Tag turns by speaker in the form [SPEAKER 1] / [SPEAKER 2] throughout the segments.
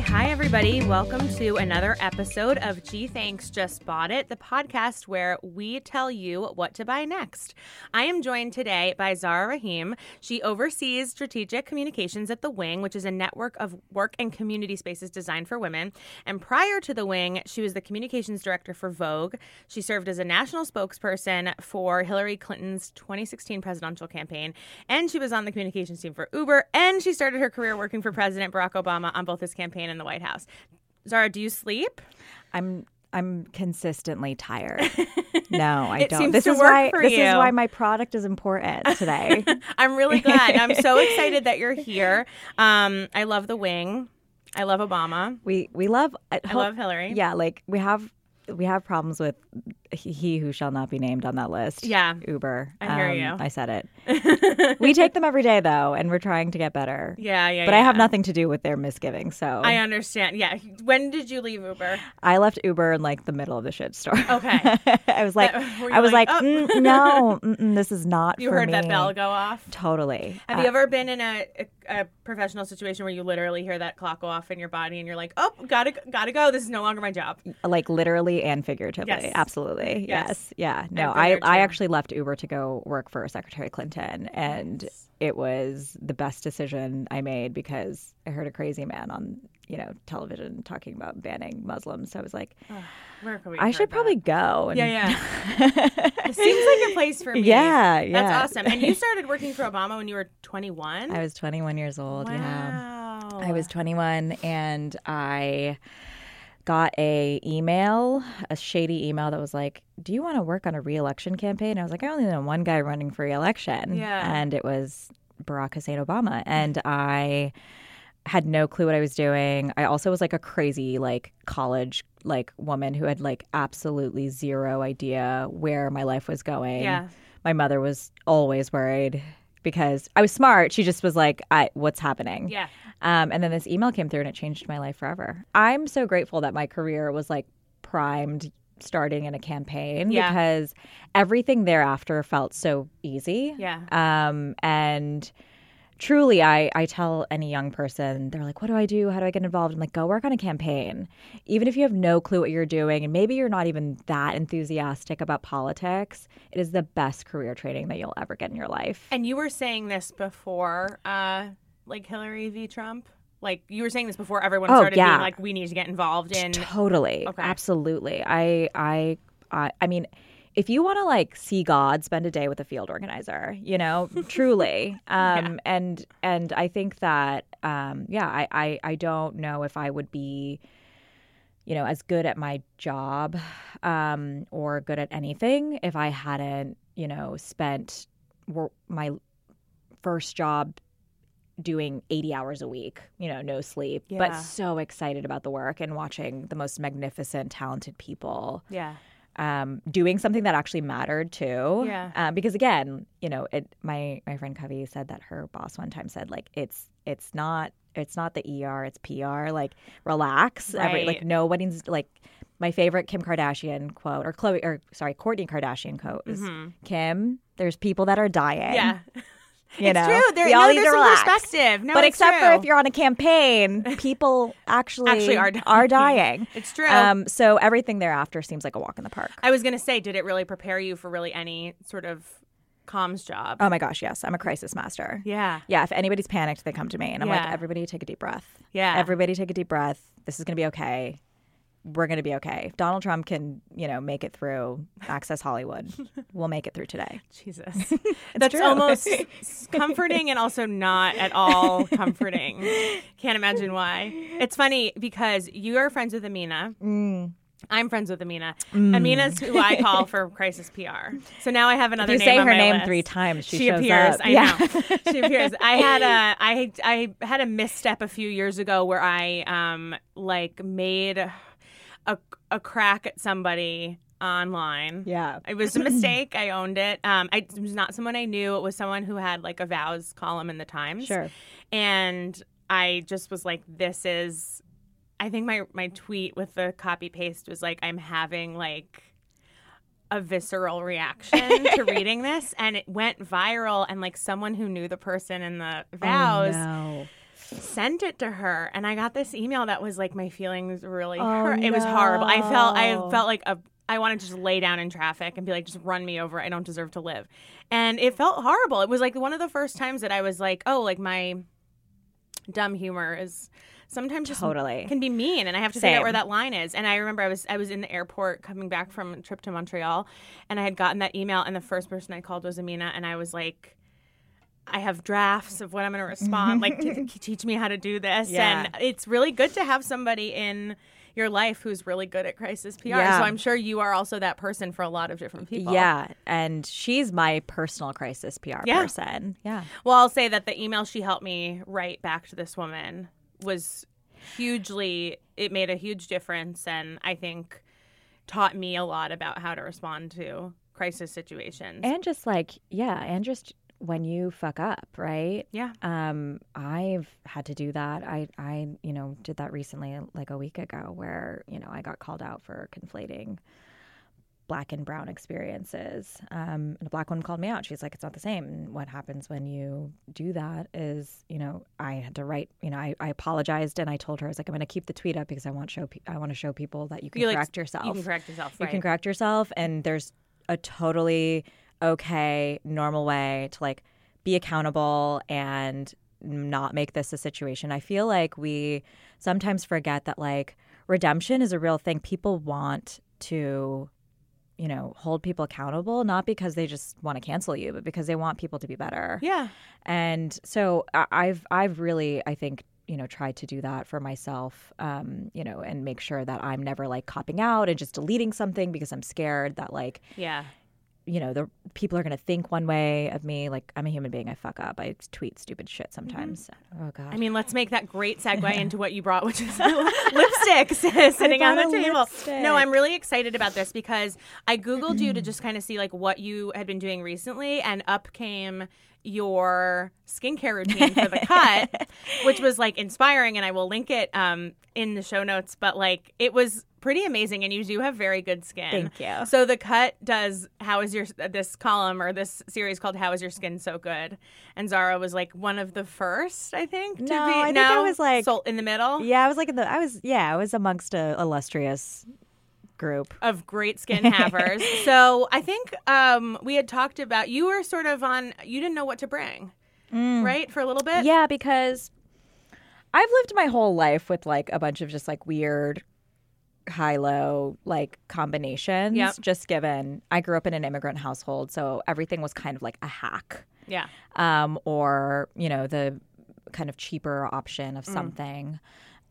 [SPEAKER 1] everybody. Welcome to another episode of Gee Thanks Just Bought It, the podcast where we tell you what to buy next. I am joined today by Zara Rahim. She oversees strategic communications at The Wing, which is a network of work and community spaces designed for women. And prior to The Wing, she was the communications director for Vogue. She served as a national spokesperson for Hillary Clinton's 2016 presidential campaign, and she was on the communications team for Uber, and she started her career working for President Barack Obama on both his campaign and the White House. Zara, do you sleep?
[SPEAKER 2] I'm I'm consistently tired. No, I
[SPEAKER 1] It
[SPEAKER 2] don't.
[SPEAKER 1] seems
[SPEAKER 2] this
[SPEAKER 1] to
[SPEAKER 2] is
[SPEAKER 1] work
[SPEAKER 2] why
[SPEAKER 1] for
[SPEAKER 2] this
[SPEAKER 1] you.
[SPEAKER 2] is why my product is important today.
[SPEAKER 1] I'm really glad. I'm so excited that you're here. Um, I love the wing. I love Obama.
[SPEAKER 2] we we love I,
[SPEAKER 1] I
[SPEAKER 2] hope-
[SPEAKER 1] love Hillary.
[SPEAKER 2] Yeah, like we have we have problems with he- he who shall not be named on that list.
[SPEAKER 1] Yeah.
[SPEAKER 2] Uber. Um,
[SPEAKER 1] I hear you.
[SPEAKER 2] I said it. we take them every day though, and we're trying to get better.
[SPEAKER 1] Yeah, yeah.
[SPEAKER 2] But I have
[SPEAKER 1] yeah.
[SPEAKER 2] nothing to do with their misgivings. So
[SPEAKER 1] I
[SPEAKER 2] I,
[SPEAKER 1] understand. Yeah. When did you leave Uber?
[SPEAKER 2] left Uber in like the middle of the shit store.
[SPEAKER 1] Okay.
[SPEAKER 2] I was like,
[SPEAKER 1] Were you
[SPEAKER 2] I was
[SPEAKER 1] like,
[SPEAKER 2] like,
[SPEAKER 1] "Oh."
[SPEAKER 2] "Mm, no, mm-mm, this is not.
[SPEAKER 1] You
[SPEAKER 2] for
[SPEAKER 1] heard that
[SPEAKER 2] me."
[SPEAKER 1] bell go off.
[SPEAKER 2] Totally.
[SPEAKER 1] Have you ever been in a, a, a professional situation where you literally hear that clock go off in your body and you're like, "Oh, gotta gotta go. This is no longer my job."
[SPEAKER 2] like literally and figuratively
[SPEAKER 1] Yes.
[SPEAKER 2] absolutely
[SPEAKER 1] Yes.
[SPEAKER 2] yes, yeah no
[SPEAKER 1] for
[SPEAKER 2] i
[SPEAKER 1] her
[SPEAKER 2] i
[SPEAKER 1] too.
[SPEAKER 2] actually left uber to go work for secretary clinton and it was the best decision i made because i heard a crazy man on you know television talking about banning muslims so i was like
[SPEAKER 1] Where can we?
[SPEAKER 2] i should
[SPEAKER 1] Oh, heard
[SPEAKER 2] probably go
[SPEAKER 1] that?
[SPEAKER 2] and
[SPEAKER 1] Yeah, yeah. it seems like a place for me.
[SPEAKER 2] yeah, yeah.
[SPEAKER 1] That's awesome. And you started working for Obama when you were 21.
[SPEAKER 2] i was 21 years old yeah
[SPEAKER 1] Oh, wow.
[SPEAKER 2] I was 21 and I got a email, a shady email that was like, "Do you want to work on a reelection campaign?" I was like, "I only know one guy running for reelection,"
[SPEAKER 1] Yeah.
[SPEAKER 2] and it was Barack Hussein Obama, and I had no clue what I was doing. I also was like a crazy like college like woman who had like absolutely zero idea where my life was going.
[SPEAKER 1] Yeah.
[SPEAKER 2] My mother was always worried because I was smart. She just was like, I, what's happening?
[SPEAKER 1] Yeah.
[SPEAKER 2] Um, and then this email came through and it changed my life forever. I'm so grateful that my career was like primed starting in a campaign
[SPEAKER 1] Yeah.
[SPEAKER 2] because everything thereafter felt so easy.
[SPEAKER 1] Yeah.
[SPEAKER 2] Um, and truly, I, I tell any young person, they're like, what do I do? How do I get involved? I'm like, go work on a campaign. Even if you have no clue what you're doing and maybe you're not even that enthusiastic about politics, it is the best career training that you'll ever get in your life.
[SPEAKER 1] And you were saying this before, uh, like Hillary v. Trump. Like you were saying this before everyone
[SPEAKER 2] Oh,
[SPEAKER 1] started
[SPEAKER 2] yeah.
[SPEAKER 1] being like, "We need to get involved in."
[SPEAKER 2] Totally.
[SPEAKER 1] Okay.
[SPEAKER 2] Absolutely. I I I, I mean, if you want to like see God, spend a day with a field organizer, you know, truly. Um and and I think that um yeah, I, I I don't know if I would be you know, as good at my job um or good at anything if I hadn't, you know, spent wor- my first job doing 80 hours a week, you know, no sleep, but
[SPEAKER 1] Yeah.
[SPEAKER 2] so excited about the work and watching the most magnificent, talented people
[SPEAKER 1] Yeah.
[SPEAKER 2] um, doing something that actually mattered too.
[SPEAKER 1] Yeah.
[SPEAKER 2] Um, because again, you know, it, my my friend Covey said that her boss one time said like it's it's not it's not the ER, it's PR. Like relax. Every,
[SPEAKER 1] Right.
[SPEAKER 2] like nobody's like my favorite Kim Kardashian quote or Chloe or sorry Courtney Kardashian quote is Kim. There's people that are dying.
[SPEAKER 1] Mm-hmm. Yeah.
[SPEAKER 2] you
[SPEAKER 1] it's
[SPEAKER 2] know,
[SPEAKER 1] true. There,
[SPEAKER 2] we all
[SPEAKER 1] no,
[SPEAKER 2] need
[SPEAKER 1] there's
[SPEAKER 2] to
[SPEAKER 1] some
[SPEAKER 2] relax.
[SPEAKER 1] perspective. No,
[SPEAKER 2] but
[SPEAKER 1] it's
[SPEAKER 2] except
[SPEAKER 1] true.
[SPEAKER 2] for if you're on a campaign, people actually
[SPEAKER 1] Actually are dying.
[SPEAKER 2] dying.
[SPEAKER 1] It's true.
[SPEAKER 2] Um, so everything thereafter seems like a walk in the park.
[SPEAKER 1] I was gonna say, did it really prepare you for really any sort of comms job?
[SPEAKER 2] Oh my gosh, yes, I'm a crisis master.
[SPEAKER 1] yeah,
[SPEAKER 2] Yeah, if anybody's panicked, they come to me, and I'm
[SPEAKER 1] Yeah.
[SPEAKER 2] like, everybody take a deep breath.
[SPEAKER 1] yeah.
[SPEAKER 2] Everybody take a deep breath. This is gonna be okay. We're gonna be okay. If Donald Trump can, you know, make it through Access Hollywood, we'll make it through today.
[SPEAKER 1] Jesus, that's
[SPEAKER 2] true.
[SPEAKER 1] almost s- comforting and also not at all comforting. Can't imagine why. It's funny because you are friends with Amina.
[SPEAKER 2] Mm.
[SPEAKER 1] I'm friends with Amina. Amina's who I call for crisis PR. So now I have another.
[SPEAKER 2] If you
[SPEAKER 1] name
[SPEAKER 2] say
[SPEAKER 1] on
[SPEAKER 2] her
[SPEAKER 1] my
[SPEAKER 2] name
[SPEAKER 1] list.
[SPEAKER 2] three times, she,
[SPEAKER 1] she
[SPEAKER 2] shows
[SPEAKER 1] appears.
[SPEAKER 2] up.
[SPEAKER 1] I know she appears. I had a I I had a misstep a few years ago where I um like made a a crack at somebody online.
[SPEAKER 2] Yeah.
[SPEAKER 1] It was a mistake. I owned it. Um, I, it was not someone I knew. It was someone who had like a vows column in the Times.
[SPEAKER 2] Sure.
[SPEAKER 1] And I just was like, this is. I think my my tweet with the copy paste was like, I'm having like a visceral reaction to reading this, and it went viral. And like someone who knew the person in the vows
[SPEAKER 2] Oh, no.
[SPEAKER 1] sent it to her and I got this email that was like my feelings really
[SPEAKER 2] Oh,
[SPEAKER 1] hurt. It was horrible. I felt I
[SPEAKER 2] no.
[SPEAKER 1] felt like a I wanted to just lay down in traffic and be like, just run me over. I don't deserve to live. And it felt horrible. It was like one of the first times that I was like, oh, like my dumb humor is sometimes just
[SPEAKER 2] Totally.
[SPEAKER 1] can be mean and I have to figure out
[SPEAKER 2] Same.
[SPEAKER 1] where that line is. And I remember I was I was in the airport coming back from a trip to Montreal and I had gotten that email and the first person I called was Amina and I was like I have drafts of what I'm going to respond like t- t- teach me how to do this
[SPEAKER 2] Yeah.
[SPEAKER 1] and it's really good to have somebody in your life who's really good at crisis PR.
[SPEAKER 2] Yeah.
[SPEAKER 1] So I'm sure you are also that person for a lot of different people.
[SPEAKER 2] Yeah, and she's my personal crisis PR
[SPEAKER 1] Yeah.
[SPEAKER 2] person. Yeah.
[SPEAKER 1] Well, I'll say that the email she helped me write back to this woman was hugely, it made a huge difference. And I think taught me a lot about how to respond to crisis situations.
[SPEAKER 2] And just like, yeah, and just when you fuck up, right?
[SPEAKER 1] yeah.
[SPEAKER 2] Um, I've had to do that. I, I, you know, did that recently, like a week ago, where you know I got called out for conflating black and brown experiences. Um, and a black woman called me out. She's like, "It's not the same." And what happens when you do that is, you know, I had to write. You know, I, I apologized and I told her I was like, "I'm going to keep the tweet up because I want show. Pe- I want to show people that you can
[SPEAKER 1] You, like,
[SPEAKER 2] correct yourself.
[SPEAKER 1] You can correct yourself.
[SPEAKER 2] you
[SPEAKER 1] right.
[SPEAKER 2] can correct yourself and there's a totally okay normal way to like be accountable and not make this a situation i feel like we sometimes forget that like redemption is a real thing people want to you know hold people accountable not because they just want to cancel you but because they want people to be better
[SPEAKER 1] yeah.
[SPEAKER 2] and so I- I've I've really I think you know tried to do that for myself, um, you know, and make sure that I'm never like copping out and just deleting something because I'm scared that like
[SPEAKER 1] Yeah.
[SPEAKER 2] you know the people are gonna think one way of me. Like I'm a human being, I fuck up, I tweet stupid shit sometimes. Mm-hmm. Oh god.
[SPEAKER 1] I mean, let's make that great segue into what you brought, which is lipsticks sitting on
[SPEAKER 2] bought
[SPEAKER 1] the
[SPEAKER 2] a
[SPEAKER 1] table.
[SPEAKER 2] lipstick.
[SPEAKER 1] No, I'm really excited about this because I Googled you to just kind of see like what you had been doing recently, and up came your skincare routine for the cut, which was like inspiring, and I will link it um, in the show notes. But like, it was pretty amazing, and you do have very good skin.
[SPEAKER 2] Thank you.
[SPEAKER 1] So the cut does how is your uh, this column or this series called "How Is Your Skin So Good?" and Zara was like one of the first, I think. to
[SPEAKER 2] No,
[SPEAKER 1] be,
[SPEAKER 2] I think
[SPEAKER 1] no?
[SPEAKER 2] I was, like-
[SPEAKER 1] Sol- in the middle
[SPEAKER 2] yeah, I was like in the I was yeah I was amongst a illustrious group.
[SPEAKER 1] of great skin havers. so I think um, we had talked about you were sort of on you didn't know what to bring, right? For a little bit,
[SPEAKER 2] Mm. Yeah, because I've lived my whole life with like a bunch of just like weird high low like combinations.
[SPEAKER 1] Yep.
[SPEAKER 2] Just given I grew up in an immigrant household, so everything was kind of like a hack.
[SPEAKER 1] yeah,
[SPEAKER 2] Um, or, you know, the kind of cheaper option of
[SPEAKER 1] Mm.
[SPEAKER 2] something.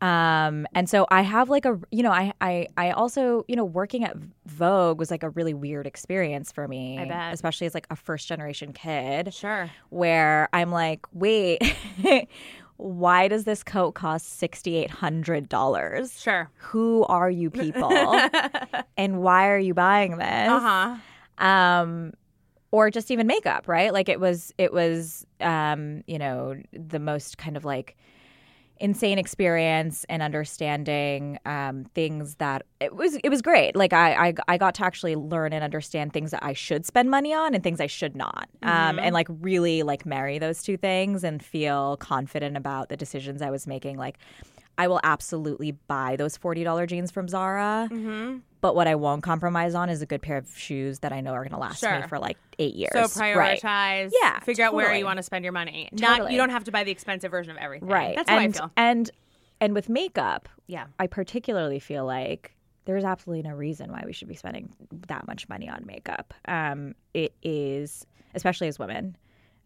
[SPEAKER 2] Um, and so I have like a you know, I, I I also, you know, working at Vogue was like a really weird experience for me.
[SPEAKER 1] I bet.
[SPEAKER 2] Especially as like a first generation kid
[SPEAKER 1] sure.
[SPEAKER 2] where I'm like, wait, why does this coat cost $6,800?
[SPEAKER 1] Sure. Uh-huh.
[SPEAKER 2] Who are you people? and why are you buying this?
[SPEAKER 1] Uh huh.
[SPEAKER 2] Um, or just even makeup, right? Like it was, it was, um, you know, the most kind of like insane experience and understanding um, things that it was it was great like I, I i got to actually learn and understand things that i should spend money on and things i should not um,
[SPEAKER 1] Mhm.
[SPEAKER 2] and like really like marry those two things and feel confident about the decisions i was making like i will absolutely buy those $40 jeans from zara
[SPEAKER 1] Mm-hmm.
[SPEAKER 2] but what I won't compromise on is a good pair of shoes that I know are going to last
[SPEAKER 1] Sure.
[SPEAKER 2] me for like eight years.
[SPEAKER 1] So prioritize.
[SPEAKER 2] Right.
[SPEAKER 1] Yeah.
[SPEAKER 2] Yeah,
[SPEAKER 1] Figure out where
[SPEAKER 2] totally.
[SPEAKER 1] you want to spend your money. Not
[SPEAKER 2] Totally.
[SPEAKER 1] you don't have to buy the expensive version of everything.
[SPEAKER 2] Right.
[SPEAKER 1] That's how
[SPEAKER 2] and,
[SPEAKER 1] I feel.
[SPEAKER 2] And and with makeup,
[SPEAKER 1] Yeah.
[SPEAKER 2] I particularly feel like there's absolutely no reason why we should be spending that much money on makeup. Um, it is, especially as women,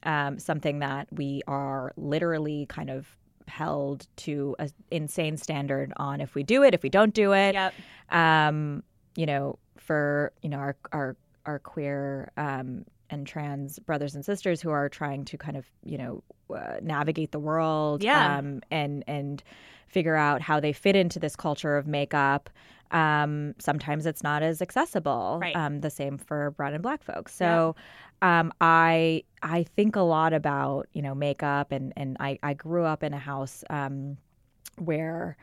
[SPEAKER 2] um, something that we are literally kind of held to an insane standard on if we do it, if we don't do it.
[SPEAKER 1] Yep.
[SPEAKER 2] um, you know, for you know our our our queer um, and trans brothers and sisters who are trying to kind of you know uh, navigate the world,
[SPEAKER 1] Yeah.
[SPEAKER 2] um, and and figure out how they fit into this culture of makeup. Um, sometimes it's not as accessible.
[SPEAKER 1] Right.
[SPEAKER 2] Um, the same for brown and black folks. So, um, I I think a lot about you know makeup, and and I I grew up in a house um, where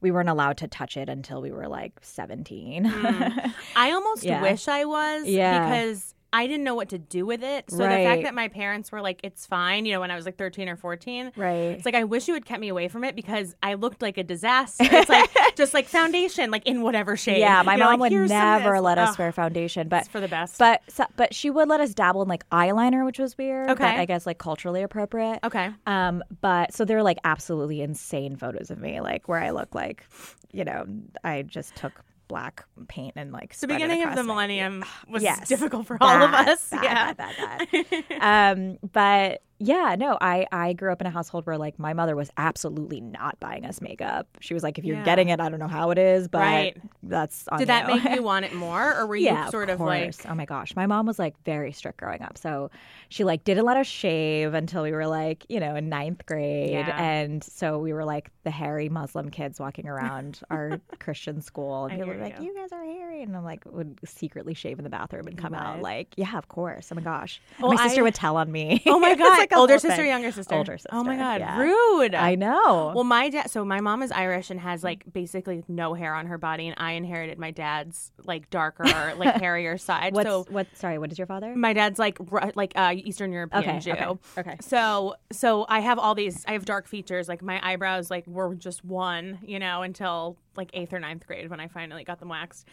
[SPEAKER 2] we weren't allowed to touch it until we were like 17.
[SPEAKER 1] Mm. I almost
[SPEAKER 2] Yeah.
[SPEAKER 1] wish I was
[SPEAKER 2] Yeah.
[SPEAKER 1] because I didn't know what to do with it. So the
[SPEAKER 2] Right.
[SPEAKER 1] fact that my parents were like, it's fine, you know, when I was like 13 or 14,
[SPEAKER 2] Right.
[SPEAKER 1] it's like, I wish you had kept me away from it because I looked like a disaster. It's like just like foundation, like in whatever shape.
[SPEAKER 2] yeah, my
[SPEAKER 1] You know,
[SPEAKER 2] mom
[SPEAKER 1] like,
[SPEAKER 2] would
[SPEAKER 1] "Here's some of
[SPEAKER 2] never
[SPEAKER 1] this."
[SPEAKER 2] let us
[SPEAKER 1] Ugh,
[SPEAKER 2] wear foundation, but
[SPEAKER 1] It's for the best.
[SPEAKER 2] but so, but she would let us dabble in like eyeliner, which was weird. but
[SPEAKER 1] Okay.
[SPEAKER 2] I guess like culturally appropriate.
[SPEAKER 1] Oh, okay.
[SPEAKER 2] Um, but so they're like absolutely insane photos of me, like where I look like, you know, I just took black paint and like.
[SPEAKER 1] The
[SPEAKER 2] spread it
[SPEAKER 1] beginning of
[SPEAKER 2] across
[SPEAKER 1] the
[SPEAKER 2] my-
[SPEAKER 1] millennium was
[SPEAKER 2] Yes.
[SPEAKER 1] difficult for all
[SPEAKER 2] Bad,
[SPEAKER 1] of us.
[SPEAKER 2] bad,
[SPEAKER 1] yeah.
[SPEAKER 2] bad, bad, bad. um, but yeah, no, I I grew up in a household where like my mother was absolutely not buying us makeup. She was like, if you're
[SPEAKER 1] Yeah.
[SPEAKER 2] getting it, I don't know how it is, but
[SPEAKER 1] Right.
[SPEAKER 2] that's on
[SPEAKER 1] Did that
[SPEAKER 2] you.
[SPEAKER 1] make you want it more, or were you
[SPEAKER 2] yeah,
[SPEAKER 1] sort
[SPEAKER 2] of
[SPEAKER 1] of like,
[SPEAKER 2] course. oh my gosh, my mom was like very strict growing up. So she like didn't let us shave until we were like you know in ninth grade,
[SPEAKER 1] Yeah.
[SPEAKER 2] and so we were like the hairy Muslim kids walking around our Christian school,
[SPEAKER 1] I
[SPEAKER 2] and people
[SPEAKER 1] hear
[SPEAKER 2] were like,
[SPEAKER 1] you.
[SPEAKER 2] you. guys are hairy," and I'm like would secretly shave in the bathroom and come out
[SPEAKER 1] What?
[SPEAKER 2] like, "Yeah, of course." Oh my gosh, And
[SPEAKER 1] Well,
[SPEAKER 2] my sister
[SPEAKER 1] I-
[SPEAKER 2] would tell on me.
[SPEAKER 1] oh my
[SPEAKER 2] It was,
[SPEAKER 1] god,
[SPEAKER 2] like, a
[SPEAKER 1] older
[SPEAKER 2] whole
[SPEAKER 1] sister,
[SPEAKER 2] thing.
[SPEAKER 1] younger sister,
[SPEAKER 2] Older
[SPEAKER 1] Oh my
[SPEAKER 2] sister,
[SPEAKER 1] god,
[SPEAKER 2] yeah.
[SPEAKER 1] rude.
[SPEAKER 2] I know.
[SPEAKER 1] Well, my dad. So my mom is Irish and has like basically no hair on her body, and I inherited my dad's like darker, like hairier side.
[SPEAKER 2] What's,
[SPEAKER 1] so
[SPEAKER 2] what? Sorry, what is your father?
[SPEAKER 1] my dad's like Ru- like uh, Eastern European
[SPEAKER 2] Okay,
[SPEAKER 1] Jew.
[SPEAKER 2] okay, okay.
[SPEAKER 1] So so I have all these. I have dark features. Like my eyebrows, like were just one, you know, until like eighth or ninth grade when I finally got them waxed.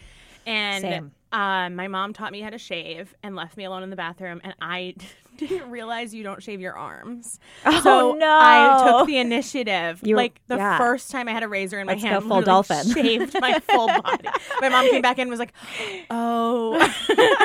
[SPEAKER 1] And
[SPEAKER 2] Same.
[SPEAKER 1] Um, my mom taught me how to shave and left me alone in the bathroom, and I didn't realize you don't shave your arms.
[SPEAKER 2] Oh,
[SPEAKER 1] so I
[SPEAKER 2] no.
[SPEAKER 1] took the initiative.
[SPEAKER 2] You-
[SPEAKER 1] like the
[SPEAKER 2] yeah.
[SPEAKER 1] first time I had a razor in my
[SPEAKER 2] Let's go
[SPEAKER 1] hand,
[SPEAKER 2] full
[SPEAKER 1] literally
[SPEAKER 2] dolphin.
[SPEAKER 1] shaved my full body. My mom came back in and was like, "Oh."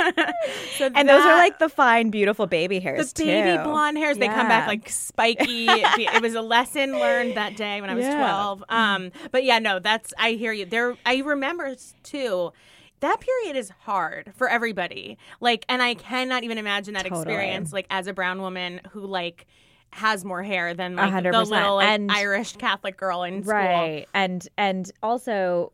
[SPEAKER 1] so
[SPEAKER 2] and those are
[SPEAKER 1] that-
[SPEAKER 2] like the fine, beautiful baby hairs
[SPEAKER 1] the baby
[SPEAKER 2] too.
[SPEAKER 1] blonde hairs. They come back
[SPEAKER 2] Yeah.
[SPEAKER 1] like spiky. it was a lesson learned that day when I was
[SPEAKER 2] Yeah.
[SPEAKER 1] twelve. Um, but yeah, no, that's I hear you. There, I remember too. That period is hard for everybody. Like, and I cannot even imagine that
[SPEAKER 2] Totally.
[SPEAKER 1] experience. Like, as a brown woman who like has more hair than like the
[SPEAKER 2] 100%.
[SPEAKER 1] little like,
[SPEAKER 2] And-
[SPEAKER 1] Irish Catholic girl in school.
[SPEAKER 2] right and and also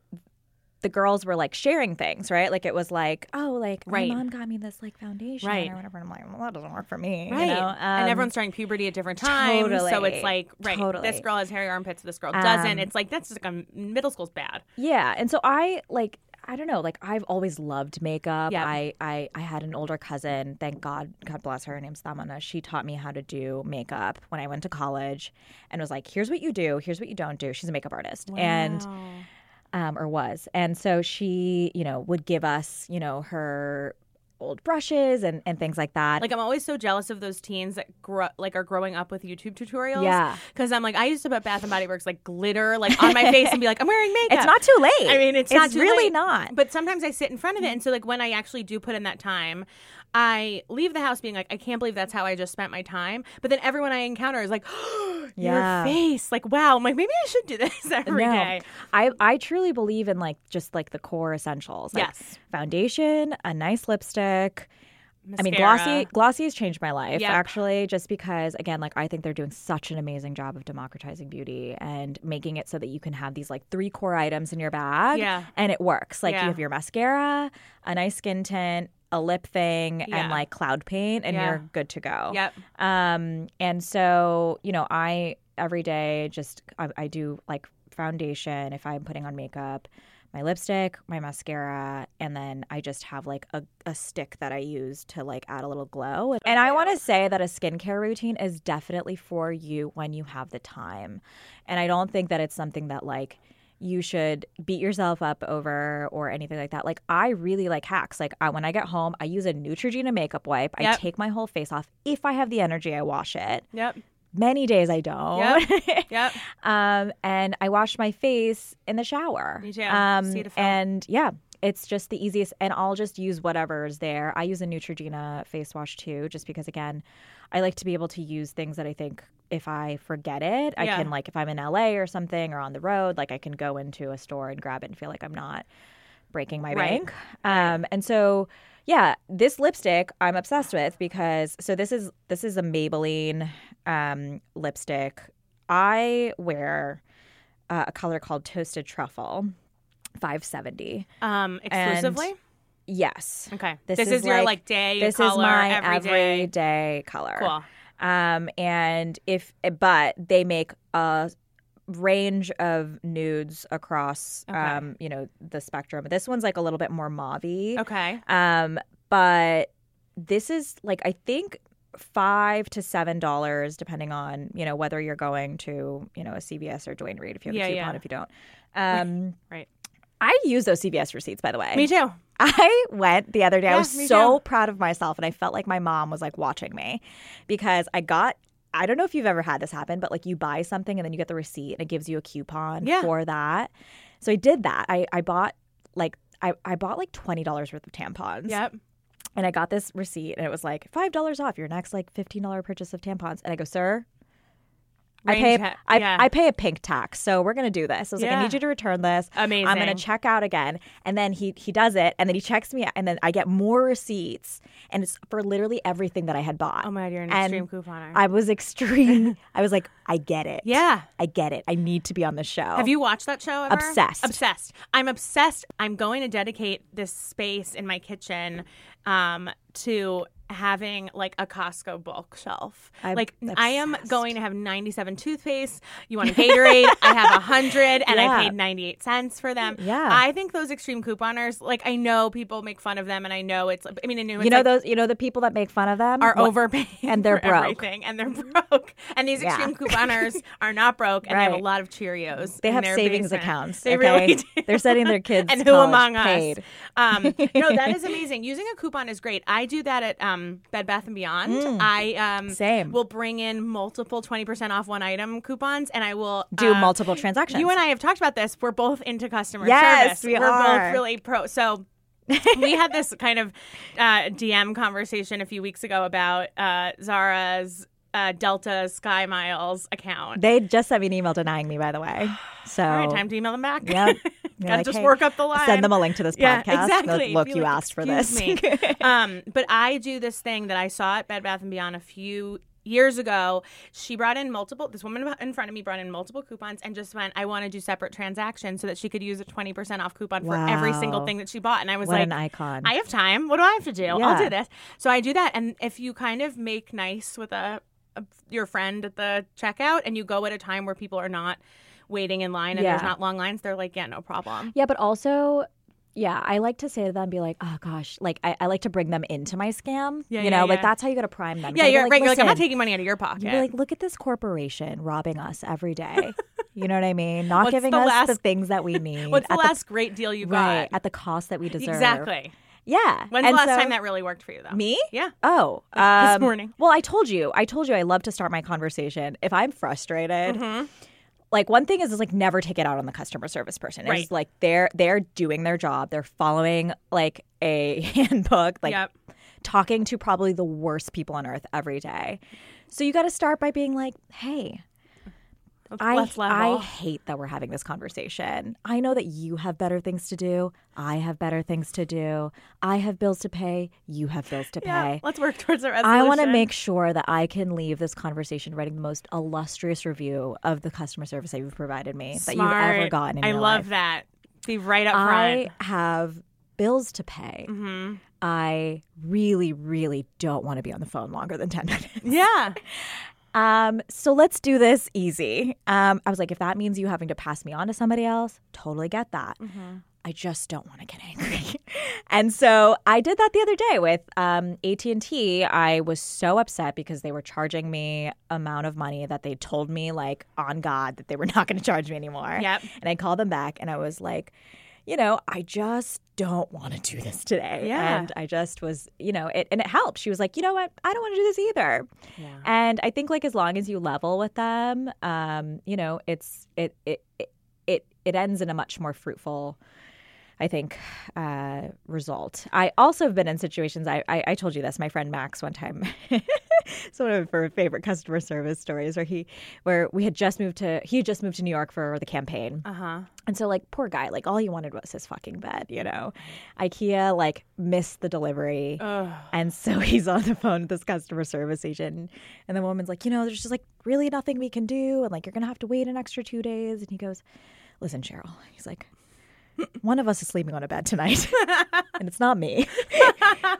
[SPEAKER 2] the girls were like sharing things right like it was like oh like
[SPEAKER 1] Right.
[SPEAKER 2] my mom got me this like foundation
[SPEAKER 1] Right.
[SPEAKER 2] or whatever and i'm like well that doesn't work for me
[SPEAKER 1] Right.
[SPEAKER 2] you know
[SPEAKER 1] and
[SPEAKER 2] Um,
[SPEAKER 1] everyone's starting puberty at different times. So
[SPEAKER 2] totally.
[SPEAKER 1] it's like, right, this
[SPEAKER 2] Totally.
[SPEAKER 1] girl has hairy armpits, this girl doesn't.
[SPEAKER 2] Um,
[SPEAKER 1] it's like, that's just like a middle school's bad.
[SPEAKER 2] yeah and so i like I don't know. Like I've always loved makeup.
[SPEAKER 1] Yeah.
[SPEAKER 2] I, I I had an older cousin. Thank God, God bless her. Her name's Thamana. She taught me how to do makeup when I went to college, and was like, "Here's what you do. Here's what you don't do." She's a makeup artist, and
[SPEAKER 1] Wow.
[SPEAKER 2] um, or was. And so she, you know, would give us, you know, her old brushes and, and things like that.
[SPEAKER 1] Like I'm always so jealous of those teens that grow like are growing up with YouTube tutorials.
[SPEAKER 2] Yeah.
[SPEAKER 1] because I'm like I used to put Bath and Body Works like glitter like on my face and be like I'm wearing makeup.
[SPEAKER 2] it's not too late.
[SPEAKER 1] I mean, it's not too
[SPEAKER 2] really
[SPEAKER 1] late,
[SPEAKER 2] not.
[SPEAKER 1] But sometimes I sit in front of it, and so like when I actually do put in that time, I leave the house being like, I can't believe that's how I just spent my time. But then everyone I encounter is like,
[SPEAKER 2] Yeah.
[SPEAKER 1] your face, like wow. I'm like maybe I should do this every day.
[SPEAKER 2] No. I, I truly believe in like just like the core essentials. Like
[SPEAKER 1] Yes.
[SPEAKER 2] Foundation, a nice lipstick. I mean,
[SPEAKER 1] Mascara.
[SPEAKER 2] glossy glossy has changed my life
[SPEAKER 1] Yep.
[SPEAKER 2] actually, just because again, like I think they're doing such an amazing job of democratizing beauty and making it so that you can have these like three core items in your bag,
[SPEAKER 1] Yeah.
[SPEAKER 2] and it works. Like
[SPEAKER 1] Yeah.
[SPEAKER 2] you have your mascara, a nice skin tint, a lip thing,
[SPEAKER 1] Yeah.
[SPEAKER 2] and like cloud paint, and
[SPEAKER 1] Yeah.
[SPEAKER 2] you're good to go.
[SPEAKER 1] Yep.
[SPEAKER 2] Um, and so you know, I every day just I, I do like foundation if I'm putting on makeup. My lipstick, my mascara, and then I just have like a, a stick that I use to like add a little glow. And I want to say that a skincare routine is definitely for you when you have the time. And I don't think that it's something that like you should beat yourself up over or anything like that. Like I really like hacks. Like I, when I get home, I use a Neutrogena makeup wipe. I
[SPEAKER 1] Yep.
[SPEAKER 2] take my whole face off. If I have the energy, I wash it.
[SPEAKER 1] Yep.
[SPEAKER 2] Many days I don't.
[SPEAKER 1] Yep.
[SPEAKER 2] um, and I wash my face in the shower.
[SPEAKER 1] Me too.
[SPEAKER 2] Um,
[SPEAKER 1] See the film.
[SPEAKER 2] and yeah, it's just the easiest. And I'll just use whatever is there. I use a Neutrogena face wash too, just because again, I like to be able to use things that I think if I forget it, I
[SPEAKER 1] Yeah.
[SPEAKER 2] can like if I'm in LA or something or on the road, like I can go into a store and grab it and feel like I'm not breaking my
[SPEAKER 1] Right.
[SPEAKER 2] bank. Um, and so. Yeah, this lipstick I'm obsessed with because so this is this is a Maybelline um, lipstick. I wear uh, a color called Toasted Truffle, five seventy.
[SPEAKER 1] Um, exclusively.
[SPEAKER 2] Yes,
[SPEAKER 1] okay. This,
[SPEAKER 2] this
[SPEAKER 1] is,
[SPEAKER 2] is
[SPEAKER 1] your
[SPEAKER 2] like-
[SPEAKER 1] like day.
[SPEAKER 2] this
[SPEAKER 1] color,
[SPEAKER 2] is my
[SPEAKER 1] every
[SPEAKER 2] everyday
[SPEAKER 1] day.
[SPEAKER 2] color.
[SPEAKER 1] Cool.
[SPEAKER 2] Um, and if but they make a range of nudes across
[SPEAKER 1] Okay.
[SPEAKER 2] um, you know the spectrum. This one's like a little bit more mauvey.
[SPEAKER 1] Okay.
[SPEAKER 2] Um, but this is like I think five to seven dollars, depending on you know whether you're going to you know a CVS or Dwayne Reed if you have
[SPEAKER 1] Yeah,
[SPEAKER 2] a coupon.
[SPEAKER 1] yeah.
[SPEAKER 2] If you don't, um,
[SPEAKER 1] Right.
[SPEAKER 2] I use those CVS receipts by the way.
[SPEAKER 1] Me too.
[SPEAKER 2] I went the other day.
[SPEAKER 1] Yeah,
[SPEAKER 2] I was
[SPEAKER 1] me
[SPEAKER 2] so proud of myself, and I felt like my mom was like watching me because I got. I don't know if you've ever had this happen, but like you buy something and then you get the receipt and it gives you a coupon
[SPEAKER 1] Yeah.
[SPEAKER 2] for that. So I did that. I, I bought like I, I bought like twenty dollars worth of tampons.
[SPEAKER 1] Yep.
[SPEAKER 2] And I got this receipt and it was like five dollars off your next like fifteen dollar purchase of tampons. And I go, sir, I
[SPEAKER 1] Rain
[SPEAKER 2] pay
[SPEAKER 1] check.
[SPEAKER 2] I,
[SPEAKER 1] Yeah.
[SPEAKER 2] I pay a pink tax, so we're gonna do this. I was like,
[SPEAKER 1] Yeah.
[SPEAKER 2] I need you to return this.
[SPEAKER 1] Amazing.
[SPEAKER 2] I'm gonna check out again. And then he he does it and then he checks me out and then I get more receipts and it's for literally everything that I had bought.
[SPEAKER 1] Oh my god, you're an
[SPEAKER 2] And
[SPEAKER 1] extreme couponer.
[SPEAKER 2] I was extreme. I was like, I get it.
[SPEAKER 1] yeah.
[SPEAKER 2] I get it. I need to be on this show.
[SPEAKER 1] Have you watched that show ever?
[SPEAKER 2] Obsessed.
[SPEAKER 1] Obsessed. I'm obsessed. I'm going to dedicate this space in my kitchen um, to having like a Costco bookshelf.
[SPEAKER 2] I'm
[SPEAKER 1] like I am
[SPEAKER 2] obsessed.
[SPEAKER 1] going to have 97 toothpaste. You want a Gatorade? I have 100 and
[SPEAKER 2] Yeah.
[SPEAKER 1] I paid 98 cents for them.
[SPEAKER 2] Yeah.
[SPEAKER 1] I think those extreme couponers, like I know people make fun of them and I know it's, I mean, I know it's
[SPEAKER 2] you know
[SPEAKER 1] like,
[SPEAKER 2] those you know the people that make fun of them
[SPEAKER 1] are
[SPEAKER 2] What-
[SPEAKER 1] overpaying
[SPEAKER 2] and they're
[SPEAKER 1] for
[SPEAKER 2] broke.
[SPEAKER 1] everything and they're broke. And these
[SPEAKER 2] Yeah.
[SPEAKER 1] extreme couponers are not broke and they have a
[SPEAKER 2] Right.
[SPEAKER 1] lot of Cheerios.
[SPEAKER 2] They
[SPEAKER 1] in
[SPEAKER 2] have
[SPEAKER 1] their
[SPEAKER 2] savings
[SPEAKER 1] basement.
[SPEAKER 2] accounts.
[SPEAKER 1] They
[SPEAKER 2] okay?
[SPEAKER 1] really do.
[SPEAKER 2] They're sending their kids
[SPEAKER 1] and
[SPEAKER 2] to
[SPEAKER 1] who
[SPEAKER 2] college
[SPEAKER 1] among
[SPEAKER 2] paid.
[SPEAKER 1] us? Um, no, that is amazing. Using a coupon is great. I do that at um, Bed Bath and Beyond. I um,
[SPEAKER 2] Mm. Same.
[SPEAKER 1] will bring in multiple twenty percent off one item coupons, and I will
[SPEAKER 2] do
[SPEAKER 1] uh,
[SPEAKER 2] multiple transactions.
[SPEAKER 1] You and I have talked about this. We're both into customer
[SPEAKER 2] Yes,
[SPEAKER 1] service.
[SPEAKER 2] we
[SPEAKER 1] are
[SPEAKER 2] are.
[SPEAKER 1] both really pro. So we had this kind of uh, DM conversation a few weeks ago about uh, Zara's uh, Delta Sky Miles account.
[SPEAKER 2] they just sent me an email denying me, by the way. So
[SPEAKER 1] All right, time to email them back.
[SPEAKER 2] Yep. You're
[SPEAKER 1] Gotta
[SPEAKER 2] like,
[SPEAKER 1] just
[SPEAKER 2] "Hey,
[SPEAKER 1] work up the line.
[SPEAKER 2] Send them a link to this
[SPEAKER 1] Yeah,
[SPEAKER 2] podcast. They're like,
[SPEAKER 1] exactly.
[SPEAKER 2] Look,
[SPEAKER 1] Be
[SPEAKER 2] you
[SPEAKER 1] like,
[SPEAKER 2] asked for this.
[SPEAKER 1] "Excuse um, but I do this thing that I saw at Bed Bath and Beyond a few years ago. She brought in multiple. This woman in front of me brought in multiple coupons and just went, "I want to do separate transactions so that she could use a twenty percent off coupon for every
[SPEAKER 2] Wow.
[SPEAKER 1] single thing that she bought." And I was
[SPEAKER 2] what
[SPEAKER 1] like,
[SPEAKER 2] an icon.
[SPEAKER 1] I have time. What do I have to do? I'll
[SPEAKER 2] Yeah.
[SPEAKER 1] do this. So I do that. And if you kind of make nice with a, a your friend at the checkout, and you go at a time where people are not waiting in line and there's
[SPEAKER 2] Yeah.
[SPEAKER 1] not long lines, they're like, yeah, no problem.
[SPEAKER 2] yeah, but also, yeah, I like to say to them, be like, oh gosh, like I, I like to bring them into my scam.
[SPEAKER 1] Yeah,
[SPEAKER 2] you
[SPEAKER 1] yeah,
[SPEAKER 2] know,
[SPEAKER 1] yeah.
[SPEAKER 2] like that's how you got to prime them.
[SPEAKER 1] Yeah,
[SPEAKER 2] Gotta be
[SPEAKER 1] you're right. You're like, I'm not
[SPEAKER 2] "Listen,
[SPEAKER 1] taking money out of your pocket.
[SPEAKER 2] You'd be like, look at this corporation robbing us every day. you know what I mean? Not
[SPEAKER 1] What's
[SPEAKER 2] giving
[SPEAKER 1] the
[SPEAKER 2] us the
[SPEAKER 1] last-
[SPEAKER 2] things that we need.
[SPEAKER 1] What's the
[SPEAKER 2] at
[SPEAKER 1] last great deal you
[SPEAKER 2] right,
[SPEAKER 1] got?
[SPEAKER 2] at the cost that we deserve.
[SPEAKER 1] Exactly.
[SPEAKER 2] Yeah.
[SPEAKER 1] When's
[SPEAKER 2] And
[SPEAKER 1] the last
[SPEAKER 2] so-
[SPEAKER 1] time that really worked for you, though?
[SPEAKER 2] Me?
[SPEAKER 1] Yeah.
[SPEAKER 2] Oh,
[SPEAKER 1] Like this
[SPEAKER 2] um,
[SPEAKER 1] morning.
[SPEAKER 2] Well, I told you. I told you I love to start my conversation. If I'm frustrated,
[SPEAKER 1] Mhm.
[SPEAKER 2] like one thing is is like never take it out on the customer service person. It's
[SPEAKER 1] Right.
[SPEAKER 2] like they're they're doing their job. They're following like a handbook, like
[SPEAKER 1] yep.
[SPEAKER 2] talking to probably the worst people on earth every day. So you got to start by being like, "Hey,
[SPEAKER 1] Let's,
[SPEAKER 2] I
[SPEAKER 1] let's level.
[SPEAKER 2] I hate that we're having this conversation. I know that you have better things to do. I have better things to do. I have bills to pay. You have bills to
[SPEAKER 1] yeah.
[SPEAKER 2] pay.
[SPEAKER 1] Let's work towards a resolution.
[SPEAKER 2] I want to make sure that I can leave this conversation writing the most illustrious review of the customer service that you've provided me that you've ever
[SPEAKER 1] Smart.
[SPEAKER 2] gotten. In
[SPEAKER 1] I
[SPEAKER 2] your
[SPEAKER 1] love
[SPEAKER 2] life.
[SPEAKER 1] that. Be right up
[SPEAKER 2] I
[SPEAKER 1] front.
[SPEAKER 2] have bills to pay.
[SPEAKER 1] hmm
[SPEAKER 2] I really, really don't want to be on the phone longer than ten minutes.
[SPEAKER 1] Yeah.
[SPEAKER 2] Um, so let's do this easy. Um, I was like, if that means you having to pass me on to somebody else, totally get that. I just don't want to get angry. and so I did that the other day with um, AT&T. I was so upset because they were charging me amount of money that they told me like on God that they were not going to charge me anymore.
[SPEAKER 1] Yep.
[SPEAKER 2] And I called them back and I was like, you know, I just don't want to do this today.
[SPEAKER 1] Yeah.
[SPEAKER 2] And I just was, you know, it and it helped. She was like, you know what? I don't want to do this either.
[SPEAKER 1] Yeah.
[SPEAKER 2] And I think like as long as you level with them, um, you know, it's it it it- it it ends in a much more fruitful, I think, uh, result. I also have been in situations. I I, I told you this. My friend Max one time. It's one of her favorite customer service stories where he, where we had just moved to, he had just moved to New York for the campaign.
[SPEAKER 1] Uh huh.
[SPEAKER 2] And so, like, poor guy, like, all he wanted was his fucking bed, you know? IKEA, like, missed the delivery.
[SPEAKER 1] Ugh.
[SPEAKER 2] And so he's on the phone with this customer service agent. And the woman's like, you know, there's just like really nothing we can do. And like, you're going to have to wait an extra two days. And he goes, listen, Cheryl. He's like, one of us is sleeping on a bed tonight. and it's not me.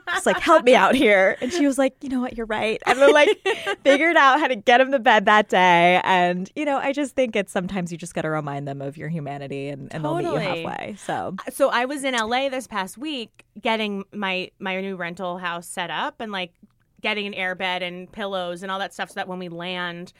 [SPEAKER 2] just like, help me out here. And she was like, you know what, you're right. And we like figured out how to get him to bed that day. And, you know, I just think it's sometimes you just got to remind them of your humanity and, and they'll meet
[SPEAKER 1] Totally.
[SPEAKER 2] you halfway. So
[SPEAKER 1] so I was in LA this past week getting my my new rental house set up and like getting an airbed and pillows and all that stuff so that when we land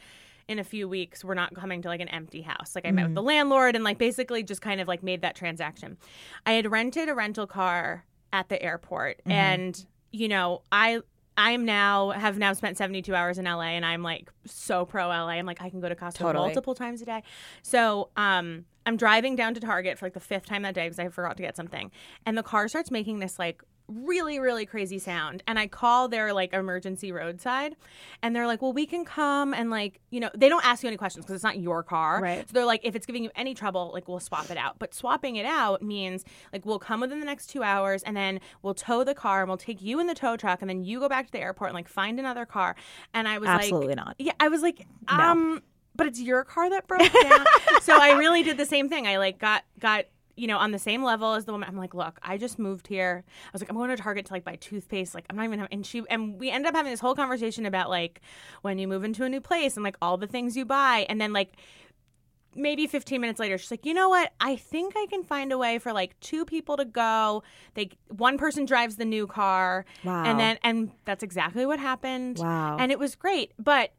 [SPEAKER 1] in a few weeks we're not coming to like an empty house. Like I met with the landlord and like basically just kind of like made that transaction. I had rented a rental car at the airport
[SPEAKER 2] Mhm.
[SPEAKER 1] and you know, I I'm now have now spent 72 hours in LA and I'm like so pro LA. I'm like I can go to Costco
[SPEAKER 2] Totally.
[SPEAKER 1] multiple times a day. So, um I'm driving down to Target for like the fifth time that day because I forgot to get something. And the car starts making this like really really crazy sound and I call their like emergency roadside and they're like, "Well, we can come and like, you know, they don't ask you any questions because it's not your car."
[SPEAKER 2] Right.
[SPEAKER 1] So they're like, "If it's giving you any trouble, like we'll swap it out." But swapping it out means like we'll come within the next 2 hours and then we'll tow the car and we'll take you in the tow truck and then you go back to the airport and like find another car. And I was like
[SPEAKER 2] absolutely not.
[SPEAKER 1] yeah, I was like, um, but it's your car that broke down. so I really did the same thing. I like got got you know on the same level as the woman. I'm like, look, I just moved here. I was like, I'm going to Target to like buy toothpaste. Like I'm not even. Having, and she and we ended up having this whole conversation about like when you move into a new place and like all the things you buy, and then like. Maybe 15 minutes later, she's like, you know what? I think I can find a way for like two people to go. They one person drives the new car,
[SPEAKER 2] Wow.
[SPEAKER 1] and then and that's exactly what happened.
[SPEAKER 2] wow.
[SPEAKER 1] And it was great, but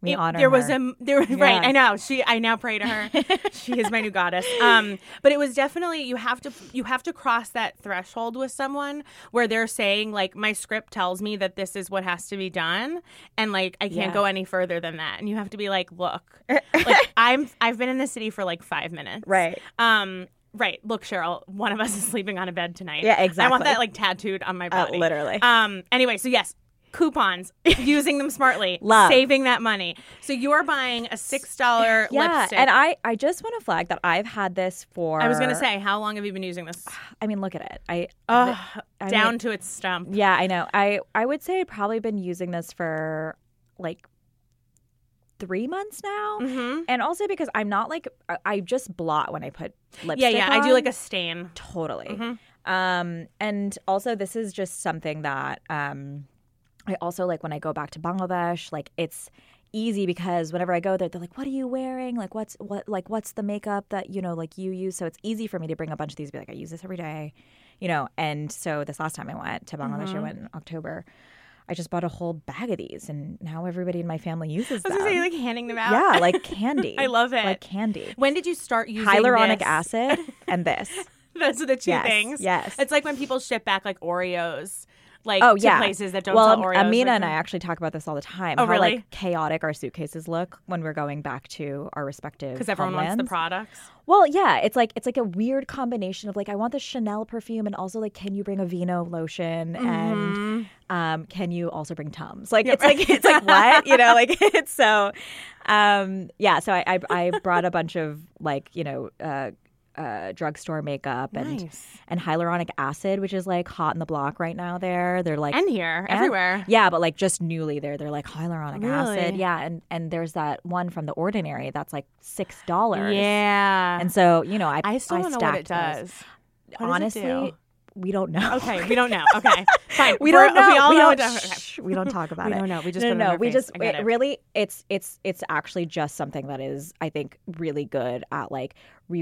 [SPEAKER 2] we
[SPEAKER 1] it-
[SPEAKER 2] honor
[SPEAKER 1] there was
[SPEAKER 2] her.
[SPEAKER 1] a there was- right
[SPEAKER 2] Yeah.
[SPEAKER 1] i know she i now pray to her she is my new goddess um but it was definitely you have to you have to cross that threshold with someone where they're saying like my script tells me that this is what has to be done and like i can't
[SPEAKER 2] Yeah.
[SPEAKER 1] go any further than that and you have to be like look like i'm i've been in the city for like 5 minutes
[SPEAKER 2] Right.
[SPEAKER 1] um right look cheryl one of us is sleeping on a bed tonight
[SPEAKER 2] Yeah,
[SPEAKER 1] i want
[SPEAKER 2] exactly.
[SPEAKER 1] that like tattooed on my
[SPEAKER 2] Uh,
[SPEAKER 1] body
[SPEAKER 2] literally.
[SPEAKER 1] um. Anyway, so yes, coupons, using them smartly,
[SPEAKER 2] Love.
[SPEAKER 1] saving that money. So you're buying a six dollar
[SPEAKER 2] yeah.
[SPEAKER 1] lipstick.
[SPEAKER 2] And I, I just want to flag that I've had this for.
[SPEAKER 1] I was gonna say, how long have you been using this?
[SPEAKER 2] I mean, look at it. I.
[SPEAKER 1] Ugh,
[SPEAKER 2] I
[SPEAKER 1] down
[SPEAKER 2] mean-
[SPEAKER 1] to its stump.
[SPEAKER 2] Yeah, I know. I I would say I'd probably been using this for like three months now,
[SPEAKER 1] Mm-hmm.
[SPEAKER 2] and also because I'm not like I, I just blot when I put lipstick.
[SPEAKER 1] Yeah, yeah. I do like
[SPEAKER 2] on.
[SPEAKER 1] a stain.
[SPEAKER 2] totally.
[SPEAKER 1] Mhm.
[SPEAKER 2] Um, and also this is just something that um, I also like when I go back to Bangladesh. Like it's easy because whenever I go there, they're like, "What are you wearing? Like what's what like what's the makeup that you know like you use?" So it's easy for me to bring a bunch of these. And be like, I use this every day, you know. And so this last time I went to Bangladesh, I
[SPEAKER 1] Mhm.
[SPEAKER 2] went in October. I just bought a whole bag of these, and now everybody in my family uses
[SPEAKER 1] I
[SPEAKER 2] them.
[SPEAKER 1] was gonna say, like handing them out.
[SPEAKER 2] yeah, like candy.
[SPEAKER 1] I love it.
[SPEAKER 2] Like candy.
[SPEAKER 1] when did you start using
[SPEAKER 2] Hyaluronic
[SPEAKER 1] this?
[SPEAKER 2] acid and this.
[SPEAKER 1] Those are the two
[SPEAKER 2] yes.
[SPEAKER 1] things.
[SPEAKER 2] Yes.
[SPEAKER 1] It's like when people ship back like Oreos, like
[SPEAKER 2] Oh,
[SPEAKER 1] to
[SPEAKER 2] yeah.
[SPEAKER 1] places that don't
[SPEAKER 2] well,
[SPEAKER 1] sell
[SPEAKER 2] Am-
[SPEAKER 1] Oreos.
[SPEAKER 2] Amina
[SPEAKER 1] like-
[SPEAKER 2] and I actually talk about this all the time.
[SPEAKER 1] Oh,
[SPEAKER 2] how
[SPEAKER 1] really?
[SPEAKER 2] like chaotic our suitcases look when we're going back to our respective.
[SPEAKER 1] because everyone wants the
[SPEAKER 2] homelands.
[SPEAKER 1] products.
[SPEAKER 2] Well, yeah, it's like it's like a weird combination of like I want the Chanel perfume and also like can you bring a Vino lotion and
[SPEAKER 1] Mhm.
[SPEAKER 2] um can you also bring Tums? Like
[SPEAKER 1] Yeah,
[SPEAKER 2] it's like it's like what you know like it's so um yeah. So I I, I brought a bunch of like you know. Uh, uh, drugstore makeup and
[SPEAKER 1] nice.
[SPEAKER 2] and hyaluronic acid, which is like hot in the block right now. There, they're like
[SPEAKER 1] And here,
[SPEAKER 2] and-
[SPEAKER 1] everywhere.
[SPEAKER 2] yeah, but like just newly there, they're like hyaluronic acid.
[SPEAKER 1] Really?
[SPEAKER 2] Yeah, and and there's that one from the Ordinary that's like six dollars.
[SPEAKER 1] Yeah.
[SPEAKER 2] and so you know, I
[SPEAKER 1] I still don't know what it
[SPEAKER 2] stacked those.
[SPEAKER 1] does. What does
[SPEAKER 2] Honestly,
[SPEAKER 1] it
[SPEAKER 2] we don't know.
[SPEAKER 1] Okay, we don't know. Okay, fine.
[SPEAKER 2] we
[SPEAKER 1] We're-
[SPEAKER 2] don't know.
[SPEAKER 1] We all know.
[SPEAKER 2] don't,
[SPEAKER 1] it does- okay.
[SPEAKER 2] shh, we don't talk about
[SPEAKER 1] We
[SPEAKER 2] it.
[SPEAKER 1] don't know. We just
[SPEAKER 2] no,
[SPEAKER 1] put it
[SPEAKER 2] no,
[SPEAKER 1] in
[SPEAKER 2] no.
[SPEAKER 1] our
[SPEAKER 2] We
[SPEAKER 1] face.
[SPEAKER 2] just
[SPEAKER 1] I
[SPEAKER 2] it,
[SPEAKER 1] get it.
[SPEAKER 2] really. It's it's it's actually just something that is, I think, really good at like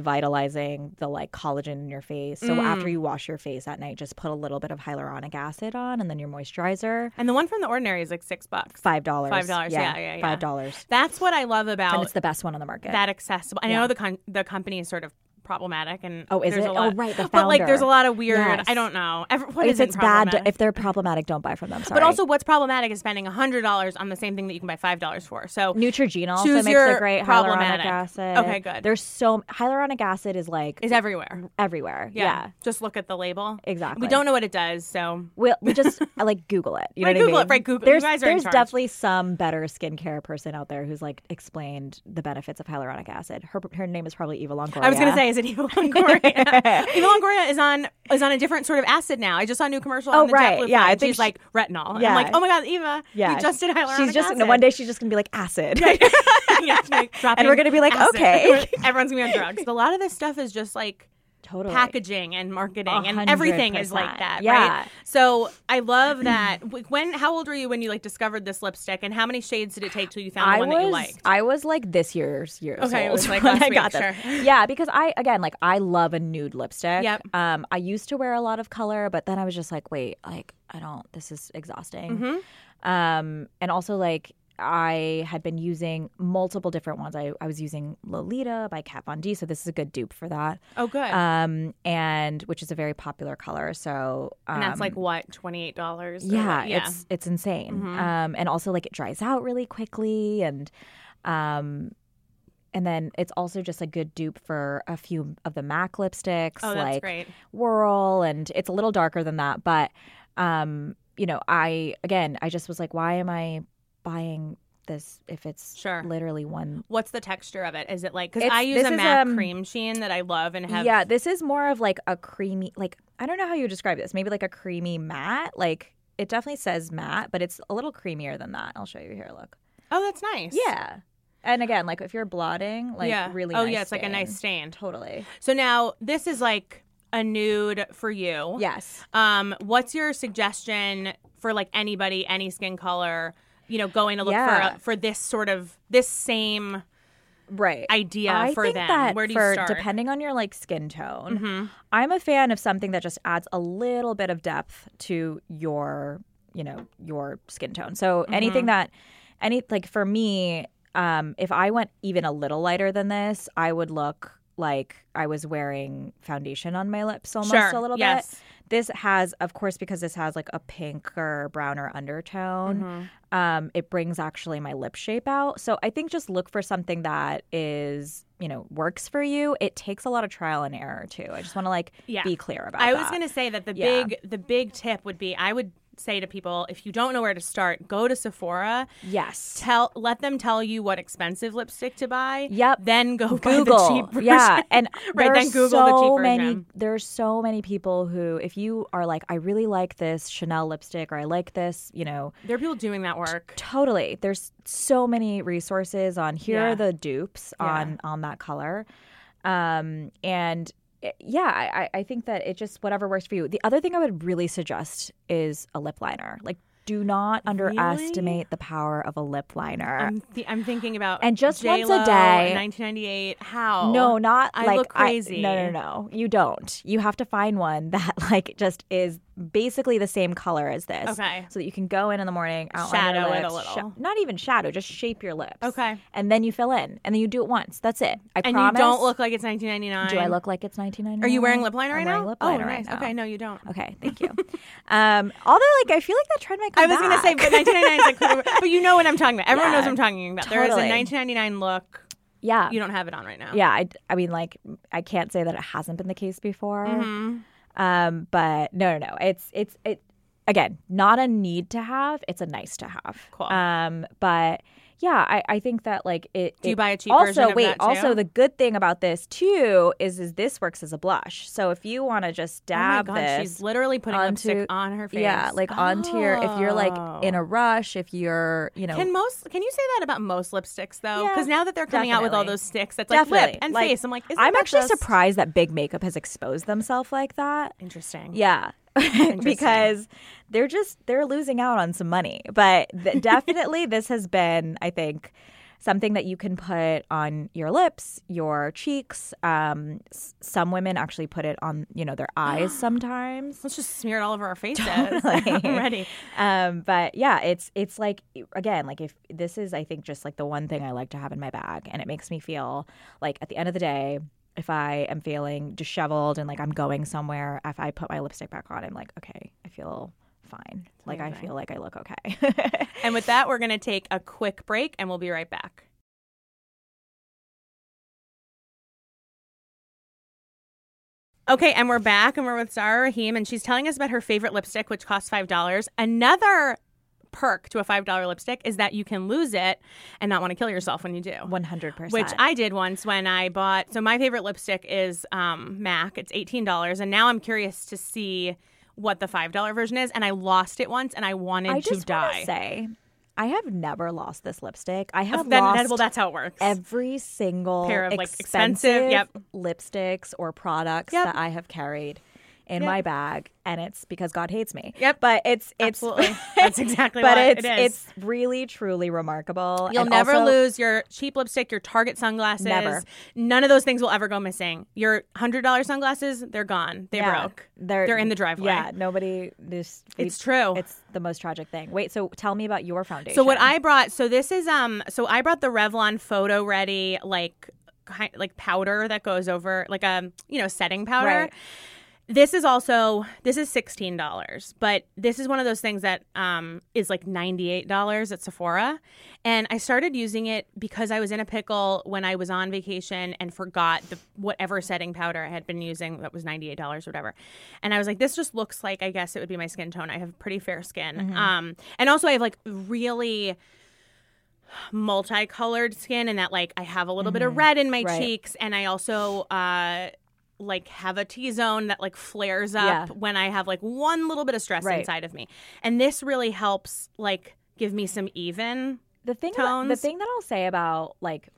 [SPEAKER 2] revitalizing the like collagen in your face. So
[SPEAKER 1] Mm.
[SPEAKER 2] after you wash your face at night, just put a little bit of hyaluronic acid on, and then your moisturizer.
[SPEAKER 1] And the one from the ordinary is like six bucks.
[SPEAKER 2] Five dollars.
[SPEAKER 1] $5, yeah, yeah, yeah.
[SPEAKER 2] Five dollars.
[SPEAKER 1] That's what I love
[SPEAKER 2] and
[SPEAKER 1] about
[SPEAKER 2] it's the best one on the market.
[SPEAKER 1] that accessible. I
[SPEAKER 2] Yeah.
[SPEAKER 1] know the con- the company is sort of problematic and
[SPEAKER 2] oh, is
[SPEAKER 1] there's
[SPEAKER 2] it?
[SPEAKER 1] A
[SPEAKER 2] Oh,
[SPEAKER 1] lot,
[SPEAKER 2] right, the founder.
[SPEAKER 1] But like, there's a lot of weird.
[SPEAKER 2] Yes.
[SPEAKER 1] I don't know. Every, what
[SPEAKER 2] If
[SPEAKER 1] is it
[SPEAKER 2] it's bad,
[SPEAKER 1] problematic?
[SPEAKER 2] if they're problematic, don't buy from them. Sorry.
[SPEAKER 1] but also, what's problematic is spending hundred dollars on the same thing that you can buy five dollars for. So
[SPEAKER 2] Neutrogena also
[SPEAKER 1] Choose
[SPEAKER 2] makes
[SPEAKER 1] your
[SPEAKER 2] a great hyaluronic
[SPEAKER 1] problematic.
[SPEAKER 2] acid.
[SPEAKER 1] Okay, good.
[SPEAKER 2] There's so hyaluronic acid is like
[SPEAKER 1] it's everywhere.
[SPEAKER 2] everywhere.
[SPEAKER 1] Yeah.
[SPEAKER 2] Yeah,
[SPEAKER 1] Just look at the label.
[SPEAKER 2] exactly.
[SPEAKER 1] We don't know what it does, so
[SPEAKER 2] We, we just I, like Google it. You
[SPEAKER 1] Right,
[SPEAKER 2] know what
[SPEAKER 1] Google
[SPEAKER 2] I
[SPEAKER 1] it,
[SPEAKER 2] mean?
[SPEAKER 1] right, Google- you
[SPEAKER 2] There's,
[SPEAKER 1] guys are in
[SPEAKER 2] there's
[SPEAKER 1] charge.
[SPEAKER 2] definitely some better skincare person out there who's like explained the benefits of hyaluronic acid. Her her name is probably Eva Longoria.
[SPEAKER 1] I was gonna say, is it Eva Longoria? Eva Longoria is on is on a different sort of acid now. I just saw a new commercial.
[SPEAKER 2] Oh,
[SPEAKER 1] on the
[SPEAKER 2] right.
[SPEAKER 1] JetBlue
[SPEAKER 2] Yeah,
[SPEAKER 1] flight.
[SPEAKER 2] I think
[SPEAKER 1] she's
[SPEAKER 2] she-
[SPEAKER 1] like retinol. Yeah.
[SPEAKER 2] Yeah.
[SPEAKER 1] I'm like, oh my god, Eva,
[SPEAKER 2] Yeah.
[SPEAKER 1] you just did hyaluronic
[SPEAKER 2] she's just
[SPEAKER 1] acid.
[SPEAKER 2] one day she's just gonna be like acid.
[SPEAKER 1] yeah, she's like, dropping
[SPEAKER 2] we're gonna be like,
[SPEAKER 1] acid.
[SPEAKER 2] okay.
[SPEAKER 1] everyone's gonna be on drugs. A lot of this stuff is just like
[SPEAKER 2] totally.
[SPEAKER 1] packaging and marketing,
[SPEAKER 2] A
[SPEAKER 1] and
[SPEAKER 2] hundred
[SPEAKER 1] everything is like
[SPEAKER 2] percent.
[SPEAKER 1] that,
[SPEAKER 2] Yeah.
[SPEAKER 1] right? So I love that. When? How old were you when you like discovered this lipstick, and how many shades did it take till you found the
[SPEAKER 2] I
[SPEAKER 1] one that you
[SPEAKER 2] was
[SPEAKER 1] liked?
[SPEAKER 2] I was like this year's years
[SPEAKER 1] Okay, it
[SPEAKER 2] old
[SPEAKER 1] was, like,
[SPEAKER 2] when
[SPEAKER 1] last
[SPEAKER 2] I
[SPEAKER 1] week,
[SPEAKER 2] got this.
[SPEAKER 1] sure.
[SPEAKER 2] Yeah, because I again like I love a nude lipstick.
[SPEAKER 1] Yep.
[SPEAKER 2] Um, I used to wear a lot of color, but then I was just like, wait, like I don't. This is exhausting.
[SPEAKER 1] Mhm.
[SPEAKER 2] Um, and also like I had been using multiple different ones. I I was using Lolita by Kat Von D, so this is a good dupe for that.
[SPEAKER 1] Oh, good.
[SPEAKER 2] Um, and which is a very popular color. So um,
[SPEAKER 1] and that's like what twenty eight dollars.
[SPEAKER 2] yeah, it's it's insane.
[SPEAKER 1] Mhm.
[SPEAKER 2] Um, and also like it dries out really quickly, and um, and then it's also just a good dupe for a few of the Mac lipsticks,
[SPEAKER 1] oh, that's
[SPEAKER 2] like
[SPEAKER 1] great.
[SPEAKER 2] Whirl, and it's a little darker than that, but um, you know, I again, I just was like, why am I buying this if it's
[SPEAKER 1] Sure.
[SPEAKER 2] literally one?
[SPEAKER 1] What's the texture of it? Is it like because
[SPEAKER 2] It's-
[SPEAKER 1] I use
[SPEAKER 2] this
[SPEAKER 1] a
[SPEAKER 2] is,
[SPEAKER 1] matte
[SPEAKER 2] um,
[SPEAKER 1] cream sheen that I love and have.
[SPEAKER 2] yeah, this is more of like a creamy, like I don't know how you would describe this. Maybe like a creamy matte, like. It definitely says matte, but it's a little creamier than that. I'll show you here. Look.
[SPEAKER 1] Oh, that's nice.
[SPEAKER 2] Yeah. And again, like if you're blotting, like
[SPEAKER 1] yeah.
[SPEAKER 2] really
[SPEAKER 1] Oh
[SPEAKER 2] nice
[SPEAKER 1] yeah, it's like a
[SPEAKER 2] stain.
[SPEAKER 1] nice stain.
[SPEAKER 2] Totally.
[SPEAKER 1] So now this is like a nude for you.
[SPEAKER 2] Yes.
[SPEAKER 1] Um, what's your suggestion for like anybody, any skin color? You know, going to look
[SPEAKER 2] Yeah.
[SPEAKER 1] for for this sort of this same
[SPEAKER 2] Right.
[SPEAKER 1] idea
[SPEAKER 2] I
[SPEAKER 1] for
[SPEAKER 2] think
[SPEAKER 1] them.
[SPEAKER 2] that
[SPEAKER 1] Where do
[SPEAKER 2] for
[SPEAKER 1] you start?
[SPEAKER 2] depending on your like skin tone,
[SPEAKER 1] Mhm.
[SPEAKER 2] I'm a fan of something that just adds a little bit of depth to your, you know, your skin tone. So
[SPEAKER 1] Mm-hmm.
[SPEAKER 2] anything that any like for me, um, if I went even a little lighter than this, I would look like I was wearing foundation on my lips almost
[SPEAKER 1] Sure.
[SPEAKER 2] a little
[SPEAKER 1] yes.
[SPEAKER 2] bit. This has, of course, because this has like a pink or browner undertone.
[SPEAKER 1] Mhm.
[SPEAKER 2] um, it brings actually my lip shape out. So I think just look for something that is, you know, works for you. It takes a lot of trial and error too. I just want to like
[SPEAKER 1] Yeah.
[SPEAKER 2] be clear about
[SPEAKER 1] I
[SPEAKER 2] that.
[SPEAKER 1] was gonna say that the
[SPEAKER 2] Yeah.
[SPEAKER 1] big the big tip would be I would say to people if you don't know where to start, go to Sephora.
[SPEAKER 2] yes.
[SPEAKER 1] Tell let them tell you what expensive lipstick to buy.
[SPEAKER 2] Yep.
[SPEAKER 1] Then go buy
[SPEAKER 2] Google.
[SPEAKER 1] the cheap version.
[SPEAKER 2] Yeah. And
[SPEAKER 1] Right,
[SPEAKER 2] there
[SPEAKER 1] then
[SPEAKER 2] are
[SPEAKER 1] Google the
[SPEAKER 2] so
[SPEAKER 1] cheap
[SPEAKER 2] many
[SPEAKER 1] version.
[SPEAKER 2] there are so many people who if you are like, I really like this Chanel lipstick or I like this, you know,
[SPEAKER 1] There are people doing that work.
[SPEAKER 2] Totally. There's so many resources on here
[SPEAKER 1] Yeah.
[SPEAKER 2] are the dupes
[SPEAKER 1] Yeah.
[SPEAKER 2] on on that color. Um and eh, yeah, I, I- I think that it just whatever works for you. The other thing I would really suggest is a lip liner. Like do not underestimate the power of a lip liner.
[SPEAKER 1] I'm, th- I'm thinking about
[SPEAKER 2] And just once a
[SPEAKER 1] J.Lo,
[SPEAKER 2] day-
[SPEAKER 1] 1998. How?
[SPEAKER 2] no, not
[SPEAKER 1] I
[SPEAKER 2] like
[SPEAKER 1] look crazy.
[SPEAKER 2] no, no, no. You don't. You have to find one that like just is basically the same color as this.
[SPEAKER 1] Okay.
[SPEAKER 2] So that you can go in in the morning, outline
[SPEAKER 1] Shadow
[SPEAKER 2] your
[SPEAKER 1] it a
[SPEAKER 2] lips,
[SPEAKER 1] little.
[SPEAKER 2] not even shadow, just shape your lips.
[SPEAKER 1] Okay.
[SPEAKER 2] and then you fill in, and then you do it once. That's it. I
[SPEAKER 1] And
[SPEAKER 2] promise.
[SPEAKER 1] you don't look like it's 1999.
[SPEAKER 2] Do I look like it's 1999?
[SPEAKER 1] Are you wearing lip liner right
[SPEAKER 2] I'm wearing
[SPEAKER 1] now?
[SPEAKER 2] Lip liner
[SPEAKER 1] oh,
[SPEAKER 2] right
[SPEAKER 1] nice.
[SPEAKER 2] now.
[SPEAKER 1] Okay, no, you don't.
[SPEAKER 2] Okay, thank you. um, although, like, I feel like that trend might come
[SPEAKER 1] I was gonna say,
[SPEAKER 2] back.
[SPEAKER 1] but 1999 is like, whatever. but you know what I'm talking about. Everyone knows
[SPEAKER 2] Yeah,
[SPEAKER 1] what I'm talking about. There is a
[SPEAKER 2] totally.
[SPEAKER 1] 1999 look.
[SPEAKER 2] yeah,
[SPEAKER 1] You don't have it on right now.
[SPEAKER 2] yeah. I, I mean, like, I can't say that it hasn't been the case before.
[SPEAKER 1] Mhm.
[SPEAKER 2] Um, but no, no, no. It's it's it again, not a need to have. It's a nice to have.
[SPEAKER 1] Cool.
[SPEAKER 2] Um, but yeah, I, I think that like it.
[SPEAKER 1] Do you
[SPEAKER 2] it-
[SPEAKER 1] buy a cheap
[SPEAKER 2] also,
[SPEAKER 1] version of
[SPEAKER 2] wait.
[SPEAKER 1] that, too?
[SPEAKER 2] Also, the good thing about this too is is this works as a blush. So if you want to just
[SPEAKER 1] Oh my
[SPEAKER 2] dab
[SPEAKER 1] god,
[SPEAKER 2] this,
[SPEAKER 1] she's literally putting
[SPEAKER 2] onto-
[SPEAKER 1] lipstick on her face.
[SPEAKER 2] yeah, like onto your. If you're like
[SPEAKER 1] Oh.
[SPEAKER 2] in a rush, if you're you know
[SPEAKER 1] Can most? Can you say that about most lipsticks though?
[SPEAKER 2] Oh. Yeah,
[SPEAKER 1] Because now that they're coming out with all
[SPEAKER 2] definitely.
[SPEAKER 1] those sticks, that's like lip
[SPEAKER 2] Definitely.
[SPEAKER 1] and
[SPEAKER 2] Like,
[SPEAKER 1] face. I'm like, isn't
[SPEAKER 2] I'm
[SPEAKER 1] that
[SPEAKER 2] actually
[SPEAKER 1] just-
[SPEAKER 2] surprised that big makeup has exposed themselves like that.
[SPEAKER 1] Interesting.
[SPEAKER 2] Yeah. because they're just they're losing out on some money. But th- definitely this has been I think something that you can put on your lips, your cheeks. Um, s- some women actually put it on, you know, their eyes sometimes.
[SPEAKER 1] Let's just smear it all over our faces.
[SPEAKER 2] Totally.
[SPEAKER 1] I'm ready.
[SPEAKER 2] Um, but yeah, it's it's like again, like if this is I think just like the one thing I like to have in my bag and it makes me feel like at the end of the day if I am feeling disheveled and like I'm going somewhere, if I put my lipstick back on, I'm like, okay, I feel fine. Like I
[SPEAKER 1] amazing.
[SPEAKER 2] feel like I look okay.
[SPEAKER 1] And with that, we're going to take a quick break and we'll be right back. Okay, and we're back and we're with Zara Rahim, and she's telling us about her favorite lipstick, which costs $5. Another perk to a $5 lipstick is that you can lose it and not want to kill yourself when you do.
[SPEAKER 2] 100%.
[SPEAKER 1] Which I did once when I bought. So my favorite lipstick is um, MAC. It's eighteen dollars, and now I'm curious to see what the five dollar version is. And I lost it once, and I wanted
[SPEAKER 2] I
[SPEAKER 1] to
[SPEAKER 2] just wanna
[SPEAKER 1] die.
[SPEAKER 2] say, I have never lost this lipstick. I have
[SPEAKER 1] Then- then-
[SPEAKER 2] lost
[SPEAKER 1] well, that's how it works.
[SPEAKER 2] every single
[SPEAKER 1] Pair of, like, expensive-
[SPEAKER 2] expensive,
[SPEAKER 1] yep.
[SPEAKER 2] lipsticks or products
[SPEAKER 1] Yep.
[SPEAKER 2] that I have carried in
[SPEAKER 1] Yep.
[SPEAKER 2] my bag, and it's because God hates me.
[SPEAKER 1] Yep.
[SPEAKER 2] But it's it's
[SPEAKER 1] Absolutely. That's exactly
[SPEAKER 2] but
[SPEAKER 1] what
[SPEAKER 2] it's
[SPEAKER 1] it is.
[SPEAKER 2] it's really truly remarkable.
[SPEAKER 1] You'll
[SPEAKER 2] And
[SPEAKER 1] never
[SPEAKER 2] also-
[SPEAKER 1] lose your cheap lipstick, your Target sunglasses.
[SPEAKER 2] Never.
[SPEAKER 1] None of those things will ever go missing. Your $100 sunglasses, they're gone. They
[SPEAKER 2] Yeah.
[SPEAKER 1] broke. They're in the driveway.
[SPEAKER 2] Yeah, nobody. This
[SPEAKER 1] It's true.
[SPEAKER 2] It's the most tragic thing. Wait, so tell me about your foundation.
[SPEAKER 1] So what I brought, so this is um, so I brought the Revlon Photo Ready like kind like powder that goes over like um, you know setting powder.
[SPEAKER 2] Right.
[SPEAKER 1] This is also this is sixteen dollars, but this is one of those things that um is like ninety eight dollars at Sephora, and I started using it because I was in a pickle when I was on vacation and forgot the whatever setting powder I had been using that was ninety eight dollars or whatever, and I was like, this just looks like I guess it would be my skin tone. I have pretty fair skin, um, and also I have like really multicolored skin and that like I have a little bit of red in my
[SPEAKER 2] Right.
[SPEAKER 1] cheeks and I also uh like have a T zone that like flares up
[SPEAKER 2] Yeah.
[SPEAKER 1] when I have like one little bit of stress
[SPEAKER 2] Right.
[SPEAKER 1] inside of me. And this really helps like give me some even.
[SPEAKER 2] the thing about, the
[SPEAKER 1] tones.
[SPEAKER 2] thing that I'll say about like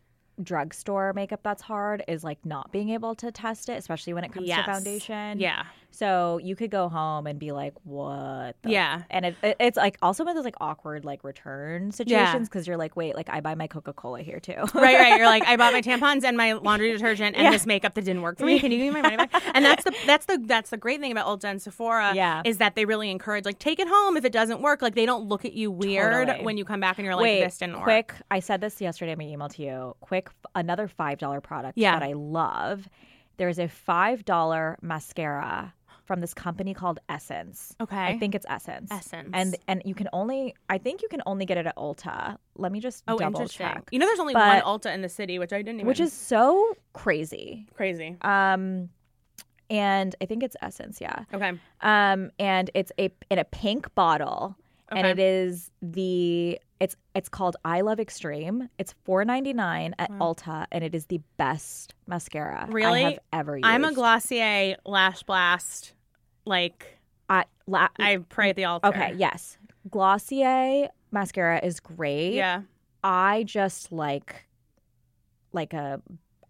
[SPEAKER 2] drugstore makeup that's hard is like not being able to test it, especially when it comes
[SPEAKER 1] Yes.
[SPEAKER 2] to foundation.
[SPEAKER 1] Yeah.
[SPEAKER 2] So you could go home and be like, "What?" the
[SPEAKER 1] Yeah.
[SPEAKER 2] and it, it- it's like also one of those like awkward like return situations because you're like, "Wait, like I buy my Coca Cola here too."
[SPEAKER 1] Right, right. You're like, I bought my tampons and my laundry detergent and this makeup that didn't work for me. Can you give me my money back? And that's the that's the that's the great thing about Ulta and Sephora
[SPEAKER 2] Yeah.
[SPEAKER 1] is that they really encourage like take it home if it doesn't work. Like they don't look at you weird
[SPEAKER 2] Totally.
[SPEAKER 1] when you come back and you're like,
[SPEAKER 2] Wait,
[SPEAKER 1] this didn't work.
[SPEAKER 2] quick. I said this yesterday in my email to you. Quick, f- another five dollar product
[SPEAKER 1] Yeah.
[SPEAKER 2] that I love. There is a five dollar mascara from this company called Essence.
[SPEAKER 1] Okay.
[SPEAKER 2] I think it's Essence.
[SPEAKER 1] Essence.
[SPEAKER 2] And and you can only I think you can only get it at Ulta. Let me just
[SPEAKER 1] Oh,
[SPEAKER 2] double
[SPEAKER 1] interesting.
[SPEAKER 2] check.
[SPEAKER 1] You know, there's only
[SPEAKER 2] But-
[SPEAKER 1] one Ulta in the city, which I didn't even.
[SPEAKER 2] Which is so crazy.
[SPEAKER 1] crazy.
[SPEAKER 2] Um and I think it's Essence, yeah.
[SPEAKER 1] Okay.
[SPEAKER 2] Um and it's a in a pink bottle and
[SPEAKER 1] Okay.
[SPEAKER 2] it is the it's it's called I Love Extreme. It's four ninety nine at Ulta and it is the best mascara
[SPEAKER 1] Really?
[SPEAKER 2] I have ever used.
[SPEAKER 1] I'm a Glossier Lash Blast. Like
[SPEAKER 2] I, la-
[SPEAKER 1] I pray at the altar.
[SPEAKER 2] Mm, okay, yes. Glossier mascara is great.
[SPEAKER 1] Yeah.
[SPEAKER 2] I just like like a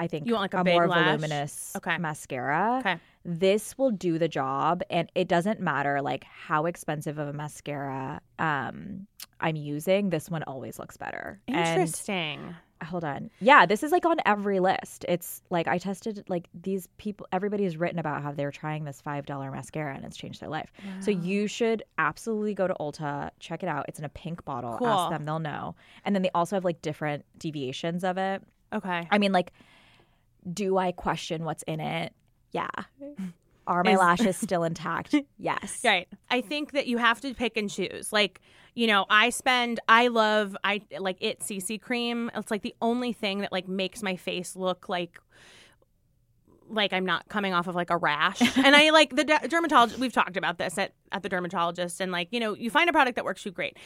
[SPEAKER 2] I think
[SPEAKER 1] You want, like, a
[SPEAKER 2] a,
[SPEAKER 1] big
[SPEAKER 2] more
[SPEAKER 1] lash?
[SPEAKER 2] voluminous
[SPEAKER 1] Okay.
[SPEAKER 2] mascara.
[SPEAKER 1] Okay.
[SPEAKER 2] This will do the job and it doesn't matter like how expensive of a mascara um I'm using, this one always looks better. And
[SPEAKER 1] Interesting.
[SPEAKER 2] hold on. Yeah, this is like on every list. It's like I tested like these people everybody's written about how they're trying this $5 mascara and it's changed their life. So you should absolutely go to Ulta, check it out. It's in a pink bottle.
[SPEAKER 1] Cool.
[SPEAKER 2] Ask them, they'll know. And then they also have like different deviations of it.
[SPEAKER 1] Okay.
[SPEAKER 2] I mean, like, do I question what's in it? Yeah. Are my
[SPEAKER 1] Is-
[SPEAKER 2] lashes still intact? Yes.
[SPEAKER 1] Right. I think that you have to pick and choose. Like, you know, I spend I love I like it CC cream. It's like the only thing that like makes my face look like like I'm not coming off of like a rash. and I like the de- dermatologist we've talked about this at at the dermatologist and like, you know, you find a product that works you great.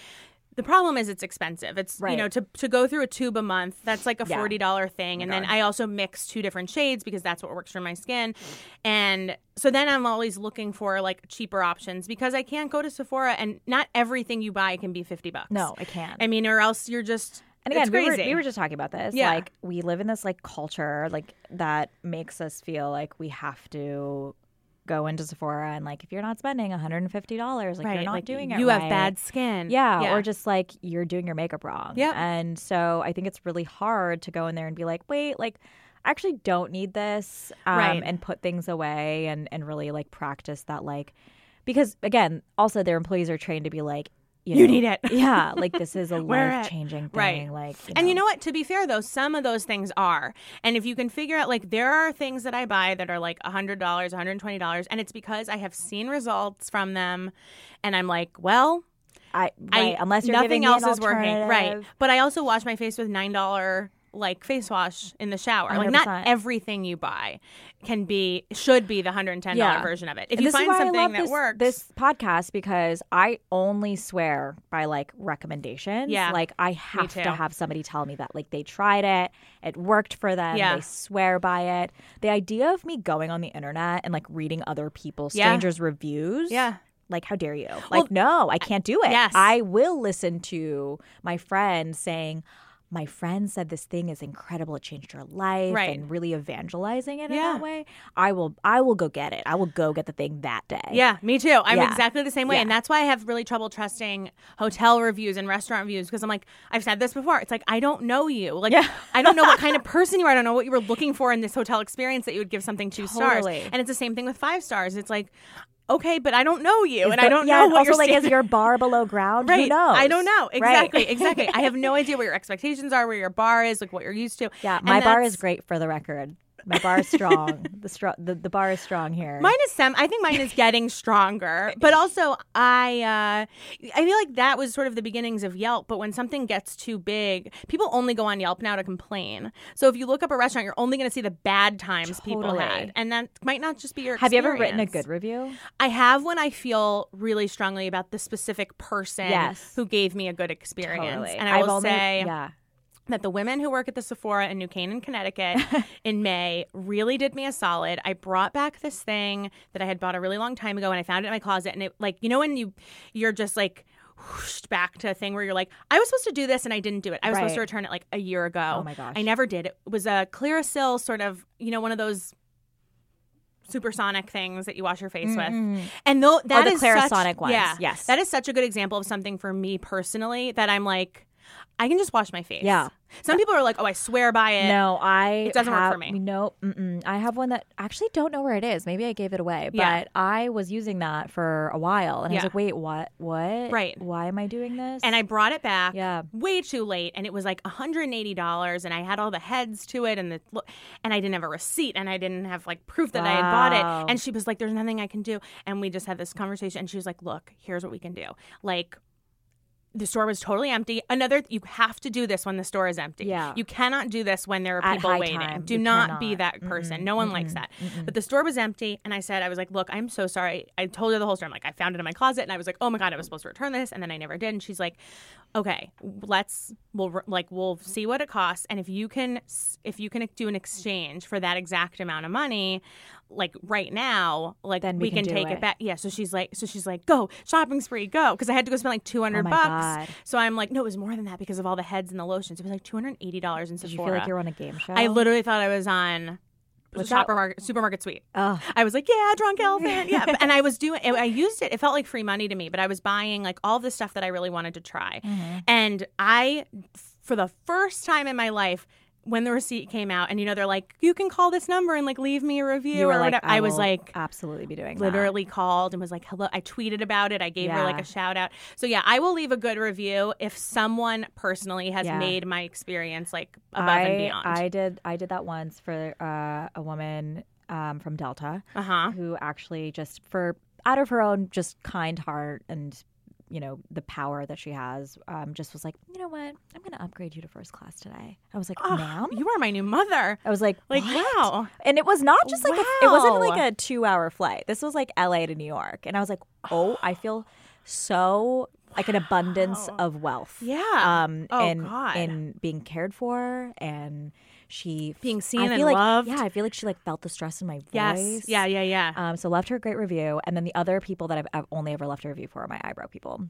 [SPEAKER 1] The problem is it's expensive. It's you
[SPEAKER 2] Right.
[SPEAKER 1] know to to go through a tube a month. That's like a
[SPEAKER 2] Yeah.
[SPEAKER 1] forty dollar thing, and then I also mix two different shades because that's what works for my skin. And so then I'm always looking for like cheaper options because I can't go to Sephora and not everything you buy can be fifty bucks.
[SPEAKER 2] No, I can't.
[SPEAKER 1] I mean, or else you're just
[SPEAKER 2] and again,
[SPEAKER 1] it's
[SPEAKER 2] we were,
[SPEAKER 1] crazy.
[SPEAKER 2] we were just talking about this.
[SPEAKER 1] Yeah.
[SPEAKER 2] Like, we live in this like culture like that makes us feel like we have to go into Sephora and like if you're not spending $150, like you're not doing it
[SPEAKER 1] You
[SPEAKER 2] right.
[SPEAKER 1] have bad skin.
[SPEAKER 2] Yeah, or just like you're doing your makeup wrong.
[SPEAKER 1] Mm, Yep.
[SPEAKER 2] And so I think it's really hard to go in there and be like, wait, like I actually don't need this, um,
[SPEAKER 1] Right.
[SPEAKER 2] and put things away and and really like practice that like because again, also their employees are trained to be like, you, know,
[SPEAKER 1] You need it.
[SPEAKER 2] yeah, like this is a
[SPEAKER 1] Wear it.
[SPEAKER 2] life changing thing.
[SPEAKER 1] Right.
[SPEAKER 2] Like, you
[SPEAKER 1] And you
[SPEAKER 2] know.
[SPEAKER 1] know what? To be fair, though, some of those things are. And if you can figure out, like, there are things that I buy that are like $100, $120, and it's because I have seen results from them. And I'm like, well,
[SPEAKER 2] I,
[SPEAKER 1] I,
[SPEAKER 2] right, unless you're giving
[SPEAKER 1] nothing
[SPEAKER 2] me
[SPEAKER 1] else
[SPEAKER 2] an
[SPEAKER 1] is working. Right.
[SPEAKER 2] alternative.
[SPEAKER 1] But I also wash my face with $9. Like face wash in the shower. Like not
[SPEAKER 2] 100%.
[SPEAKER 1] everything you buy can be should be the hundred and ten dollar
[SPEAKER 2] Yeah.
[SPEAKER 1] version of it. If
[SPEAKER 2] And
[SPEAKER 1] you
[SPEAKER 2] this is
[SPEAKER 1] find
[SPEAKER 2] why I
[SPEAKER 1] something
[SPEAKER 2] love
[SPEAKER 1] that
[SPEAKER 2] this,
[SPEAKER 1] works,
[SPEAKER 2] This podcast because I only swear by like recommendations.
[SPEAKER 1] Yeah.
[SPEAKER 2] Like I have
[SPEAKER 1] too.
[SPEAKER 2] to have somebody tell me that like they tried it, it worked for them,
[SPEAKER 1] Yeah.
[SPEAKER 2] they swear by it. The idea of me going on the internet and like reading other people's
[SPEAKER 1] Yeah.
[SPEAKER 2] strangers' reviews.
[SPEAKER 1] Yeah.
[SPEAKER 2] Like how dare you? Like no, I can't do it.
[SPEAKER 1] yes.
[SPEAKER 2] I will listen to my friend saying my friend said this thing is incredible, it changed her life,
[SPEAKER 1] Right.
[SPEAKER 2] and really evangelizing it in
[SPEAKER 1] Yeah.
[SPEAKER 2] that way, I will I will go get it. I will go get the thing that day.
[SPEAKER 1] Yeah, me too. I'm
[SPEAKER 2] Yeah.
[SPEAKER 1] exactly the same way.
[SPEAKER 2] Yeah.
[SPEAKER 1] And that's why I have really trouble trusting hotel reviews and restaurant reviews because I'm like, I've said this before. It's like, I don't know you. Like,
[SPEAKER 2] Yeah.
[SPEAKER 1] I don't know what kind of person you are. I don't know what you were looking for in this hotel experience that you would give something two
[SPEAKER 2] Totally.
[SPEAKER 1] stars. And it's the same thing with five stars. It's like, okay, but I don't know you. and I
[SPEAKER 2] But-
[SPEAKER 1] don't
[SPEAKER 2] yeah,
[SPEAKER 1] know
[SPEAKER 2] and
[SPEAKER 1] what
[SPEAKER 2] also
[SPEAKER 1] your
[SPEAKER 2] like is
[SPEAKER 1] standard-
[SPEAKER 2] your bar below ground?
[SPEAKER 1] Right.
[SPEAKER 2] Who knows?
[SPEAKER 1] I don't know.
[SPEAKER 2] Right.
[SPEAKER 1] Exactly. Exactly. I have no idea what your expectations are, where your bar is, like what you're used to.
[SPEAKER 2] Yeah,
[SPEAKER 1] And
[SPEAKER 2] my bar is
[SPEAKER 1] that's-
[SPEAKER 2] great for the record. My bar is strong. the, str- the the bar is strong here.
[SPEAKER 1] Mine is sem. I think mine is getting stronger, but also I uh, I feel like that was sort of the beginnings of Yelp. But when something gets too big, people only go on Yelp now to complain. So if you look up a restaurant, you're only going to see the bad times people
[SPEAKER 2] Totally.
[SPEAKER 1] had, and that might not just be your.
[SPEAKER 2] have you ever written a
[SPEAKER 1] experience.
[SPEAKER 2] good review?
[SPEAKER 1] I have when I feel really strongly about the specific person
[SPEAKER 2] Yes.
[SPEAKER 1] who gave me a good experience,
[SPEAKER 2] Totally.
[SPEAKER 1] and I
[SPEAKER 2] I've
[SPEAKER 1] will
[SPEAKER 2] only-
[SPEAKER 1] say
[SPEAKER 2] yeah.
[SPEAKER 1] that the women who work at the Sephora in New Canaan, Connecticut in May really did me a solid. I brought back this thing that I had bought a really long time ago and I found it in my closet and it like you know when you you're just like whooshed back to a thing where you're like I was supposed to do this and I didn't do it. I was supposed to
[SPEAKER 2] Right.
[SPEAKER 1] return it like a year ago.
[SPEAKER 2] Oh my gosh.
[SPEAKER 1] I never did. It was a Clearasil sort of, you know, one of those supersonic things that you wash your face with.
[SPEAKER 2] Mm-mm.
[SPEAKER 1] And though that
[SPEAKER 2] Mm-hmm. Oh, the
[SPEAKER 1] is such-
[SPEAKER 2] Clarisonic ones.
[SPEAKER 1] yeah,
[SPEAKER 2] Yes.
[SPEAKER 1] that is such a good example of something for me personally that I'm like, I can just wash my face.
[SPEAKER 2] Yeah.
[SPEAKER 1] Some people are like, oh, I swear by it.
[SPEAKER 2] No, I
[SPEAKER 1] It doesn't work
[SPEAKER 2] have-
[SPEAKER 1] for me.
[SPEAKER 2] No, mm-mm. I have one that I actually don't know where it is. Maybe I gave it away,
[SPEAKER 1] Yeah.
[SPEAKER 2] but I was using that for a while, and I
[SPEAKER 1] Yeah.
[SPEAKER 2] was like, "Wait, what? What?
[SPEAKER 1] Right.
[SPEAKER 2] Why am I doing this?"
[SPEAKER 1] And I brought it back.
[SPEAKER 2] yeah,
[SPEAKER 1] Way too late, and it was like $180, and I had all the heads to it, and the lo- and I didn't have a receipt, and I didn't have like proof that I had bought
[SPEAKER 2] Wow.
[SPEAKER 1] it. And she was like, "There's nothing I can do." And we just had this conversation, and she was like, "Look, here's what we can do. Like, the store was totally empty. Another, you have to do this when the store is empty.
[SPEAKER 2] Yeah.
[SPEAKER 1] you cannot do this when there are
[SPEAKER 2] At
[SPEAKER 1] people
[SPEAKER 2] high
[SPEAKER 1] waiting.
[SPEAKER 2] time,
[SPEAKER 1] Do
[SPEAKER 2] you
[SPEAKER 1] not be
[SPEAKER 2] cannot. Mm-hmm.
[SPEAKER 1] that person.
[SPEAKER 2] Mm-mm,
[SPEAKER 1] No one likes
[SPEAKER 2] mm-mm,
[SPEAKER 1] that.
[SPEAKER 2] mm-mm.
[SPEAKER 1] But the store was empty, and I said, I was like, look, I'm so sorry. I told her the whole story. I'm like, I found it in my closet, and I was like, oh my god, I was supposed to return this, and then I never did. And she's like, okay, let's we'll re- like we'll see what it costs, and if you can s- if you can do an exchange for that exact amount of money, like right now, like
[SPEAKER 2] Then
[SPEAKER 1] we,
[SPEAKER 2] we
[SPEAKER 1] can,
[SPEAKER 2] can do
[SPEAKER 1] take it.
[SPEAKER 2] it.
[SPEAKER 1] back. Yeah. So she's like, so she's like, go shopping spree, go, because I had to go spend like 200
[SPEAKER 2] Oh my
[SPEAKER 1] bucks.
[SPEAKER 2] God.
[SPEAKER 1] So I'm like, no, it was more than that because of all the heads and the lotions. It was like 280 dollars in
[SPEAKER 2] did
[SPEAKER 1] Sephora.
[SPEAKER 2] you feel like you were on a game show?
[SPEAKER 1] I literally thought I was on.
[SPEAKER 2] Was Oh. that-
[SPEAKER 1] shopper market, supermarket suite.
[SPEAKER 2] Ugh.
[SPEAKER 1] I was like, yeah, drunk elephant. Yeah. But- and I was doing, I used it. It felt like free money to me, but I was buying like all the stuff that I really wanted to try.
[SPEAKER 2] Mm-hmm.
[SPEAKER 1] And I, for the first time in my life, when the receipt came out, and you know, they're like, you can call this number and like leave me a review
[SPEAKER 2] you were
[SPEAKER 1] or
[SPEAKER 2] like,
[SPEAKER 1] whatever.
[SPEAKER 2] I,
[SPEAKER 1] I, was
[SPEAKER 2] will
[SPEAKER 1] like,
[SPEAKER 2] absolutely be doing that."
[SPEAKER 1] literally called and was like, hello. I tweeted about it. I gave her like
[SPEAKER 2] Yeah.
[SPEAKER 1] a shout out. So yeah, I will leave a good review if someone personally has
[SPEAKER 2] Yeah.
[SPEAKER 1] made my experience like above
[SPEAKER 2] I,
[SPEAKER 1] and beyond.
[SPEAKER 2] I did. I did that once for uh, a woman um, from Delta
[SPEAKER 1] uh huh.
[SPEAKER 2] who actually just for out of her own just kind heart and you know the power that she has um, just was like you know what i'm going to upgrade you to first class today i was like
[SPEAKER 1] Oh,
[SPEAKER 2] ma'am
[SPEAKER 1] You are my new mother.
[SPEAKER 2] i was like
[SPEAKER 1] Like,
[SPEAKER 2] "What?"
[SPEAKER 1] wow.
[SPEAKER 2] and it was not just like a, it wasn't
[SPEAKER 1] Wow.
[SPEAKER 2] like a two hour flight this was like la to new york and i was like oh i feel so like an abundance
[SPEAKER 1] Wow.
[SPEAKER 2] of wealth
[SPEAKER 1] Yeah.
[SPEAKER 2] um
[SPEAKER 1] Oh,
[SPEAKER 2] and
[SPEAKER 1] God.
[SPEAKER 2] and being cared for and she
[SPEAKER 1] Being seen
[SPEAKER 2] I feel
[SPEAKER 1] and
[SPEAKER 2] like,
[SPEAKER 1] loved.
[SPEAKER 2] yeah i feel like she like felt the stress in my voice
[SPEAKER 1] yes. Yeah, yeah, yeah.
[SPEAKER 2] um, so left her a great review, and then the other people that I've, I've only ever left a review for are my eyebrow people. who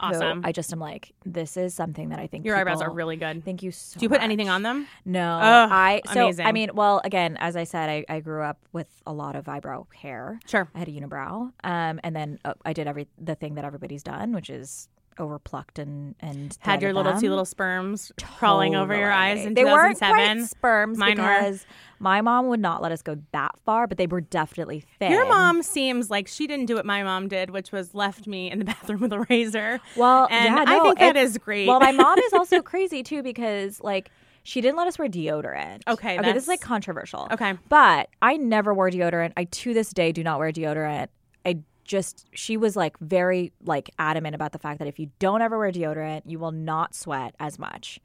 [SPEAKER 1] awesome.
[SPEAKER 2] I just am like, this is something that I think
[SPEAKER 1] Your eyebrows are
[SPEAKER 2] people-
[SPEAKER 1] really good.
[SPEAKER 2] Thank you so.
[SPEAKER 1] Do you put anything on them?
[SPEAKER 2] No,
[SPEAKER 1] Ugh,
[SPEAKER 2] I so I
[SPEAKER 1] amazing.
[SPEAKER 2] mean, well, again, as I said, I, I grew up with a lot of eyebrow hair.
[SPEAKER 1] Sure.
[SPEAKER 2] I had a unibrow, um, and then uh, I did every the thing that everybody's done, which is overplucked and and
[SPEAKER 1] Had your
[SPEAKER 2] threaded
[SPEAKER 1] little
[SPEAKER 2] them.
[SPEAKER 1] two little sperms crawling over your eyes
[SPEAKER 2] Totally.
[SPEAKER 1] in
[SPEAKER 2] they weren't
[SPEAKER 1] 2007.
[SPEAKER 2] quite sperms
[SPEAKER 1] Mine were.
[SPEAKER 2] because my mom would not let us go that far, but they were definitely thin.
[SPEAKER 1] Your mom seems like she didn't do what my mom did, which was left me in the bathroom with a razor.
[SPEAKER 2] Well,
[SPEAKER 1] and
[SPEAKER 2] yeah,
[SPEAKER 1] I
[SPEAKER 2] no,
[SPEAKER 1] think that
[SPEAKER 2] it's-
[SPEAKER 1] is great.
[SPEAKER 2] Well, my mom is also crazy too because like she didn't let us wear deodorant.
[SPEAKER 1] Okay,
[SPEAKER 2] okay, this
[SPEAKER 1] that's-
[SPEAKER 2] is like controversial.
[SPEAKER 1] okay.
[SPEAKER 2] but I never wore deodorant. I to this day do not wear deodorant. I just she was like very like adamant about the fact that if you don't ever wear deodorant, you will not sweat as much.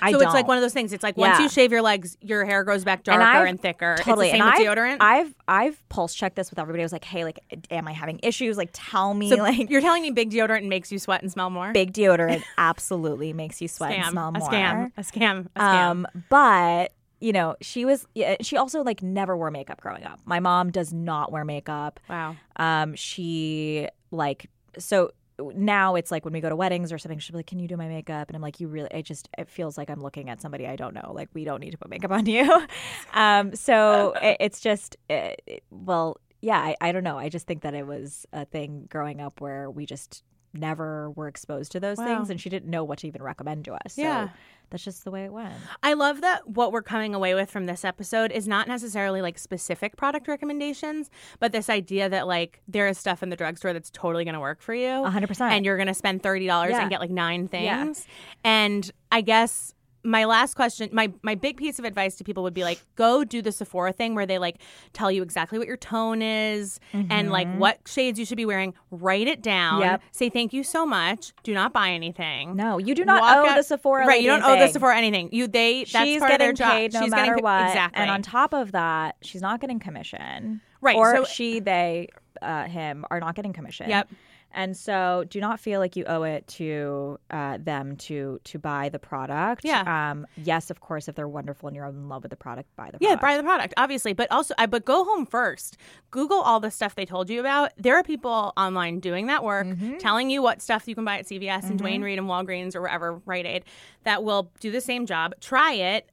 [SPEAKER 2] I
[SPEAKER 1] so
[SPEAKER 2] don't.
[SPEAKER 1] it's like one of those things. It's like once
[SPEAKER 2] Yeah.
[SPEAKER 1] you shave your legs, your hair grows back darker and,
[SPEAKER 2] I've-
[SPEAKER 1] thicker.
[SPEAKER 2] Totally.
[SPEAKER 1] It's the same
[SPEAKER 2] and
[SPEAKER 1] with
[SPEAKER 2] I've,
[SPEAKER 1] deodorant.
[SPEAKER 2] I've I've pulse checked this with everybody. I was like, hey, like, am I having issues? Like, tell me.
[SPEAKER 1] so
[SPEAKER 2] like,
[SPEAKER 1] you're telling me big deodorant makes you sweat and smell more?
[SPEAKER 2] big deodorant absolutely makes you sweat
[SPEAKER 1] scam.
[SPEAKER 2] and smell
[SPEAKER 1] a
[SPEAKER 2] more.
[SPEAKER 1] scam. A scam. A scam.
[SPEAKER 2] Um, but you know, she was. yeah, She also like never wore makeup growing up. My mom does not wear makeup.
[SPEAKER 1] wow.
[SPEAKER 2] Um, she like so now it's like when we go to weddings or something, she'll be like, "Can you do my makeup?" And I'm like, "You really? I just it feels like I'm looking at somebody I don't know. Like we don't need to put makeup on you." um, so it, it's just it, it- well, yeah, I, I don't know. I just think that it was a thing growing up where we just never were exposed to those
[SPEAKER 1] Wow.
[SPEAKER 2] things, and she didn't know what to even recommend to us. So
[SPEAKER 1] Yeah.
[SPEAKER 2] that's just the way it went.
[SPEAKER 1] I love that what we're coming away with from this episode is not necessarily like specific product recommendations, but this idea that like there is stuff in the drugstore that's totally going to work for you.
[SPEAKER 2] 100%.
[SPEAKER 1] And you're going to spend $30
[SPEAKER 2] Yeah.
[SPEAKER 1] and get like nine
[SPEAKER 2] Yeah.
[SPEAKER 1] things. And I guess my last question, my my big piece of advice to people would be like go do the Sephora thing where they like tell you exactly what your tone is and like what shades you should be wearing, write it down,
[SPEAKER 2] Yep.
[SPEAKER 1] say thank you so much, do not buy anything.
[SPEAKER 2] No, you do not
[SPEAKER 1] Walk
[SPEAKER 2] owe
[SPEAKER 1] out-
[SPEAKER 2] the Sephora.
[SPEAKER 1] Right, you
[SPEAKER 2] lady
[SPEAKER 1] don't owe the
[SPEAKER 2] anything.
[SPEAKER 1] Sephora anything. You they that's
[SPEAKER 2] she's
[SPEAKER 1] part of
[SPEAKER 2] getting
[SPEAKER 1] their job.
[SPEAKER 2] paid no
[SPEAKER 1] she's
[SPEAKER 2] matter
[SPEAKER 1] getting pa-
[SPEAKER 2] what,
[SPEAKER 1] exactly.
[SPEAKER 2] and on top of that, she's not getting commission.
[SPEAKER 1] Right,
[SPEAKER 2] or
[SPEAKER 1] so-
[SPEAKER 2] she, they, uh, him are not getting commission.
[SPEAKER 1] Yep.
[SPEAKER 2] And so, do not feel like you owe it to uh, them to to buy the product.
[SPEAKER 1] Yeah.
[SPEAKER 2] Um, yes, of course, if they're wonderful and you're in love with the product, buy the
[SPEAKER 1] yeah,
[SPEAKER 2] product.
[SPEAKER 1] buy the product, obviously, but also, I but go home first. Google all the stuff they told you about. There are people online doing that work,
[SPEAKER 2] Mm-hmm.
[SPEAKER 1] telling you what stuff you can buy at CVS and Dwayne Reed and Walgreens or wherever Rite Aid that will do the same job. Try it,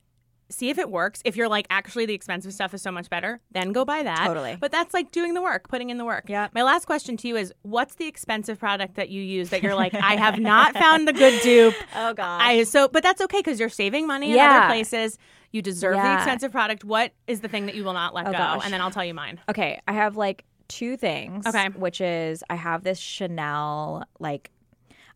[SPEAKER 1] see if it works. If you're like, actually, the expensive stuff is so much better, then go buy that.
[SPEAKER 2] Totally.
[SPEAKER 1] But that's like doing the work, putting in the work.
[SPEAKER 2] Yep.
[SPEAKER 1] My last question to you is, what's the expensive product that you use that you're like, I have not found the good dupe.
[SPEAKER 2] Oh god.
[SPEAKER 1] I so, but that's okay because you're saving money in
[SPEAKER 2] Yeah.
[SPEAKER 1] other places. You deserve the
[SPEAKER 2] Yeah. Oh,
[SPEAKER 1] expensive product. What is the thing that you will not let go?
[SPEAKER 2] gosh.
[SPEAKER 1] And then I'll tell you mine.
[SPEAKER 2] Okay, I have like two things.
[SPEAKER 1] Okay.
[SPEAKER 2] which is I have this Chanel like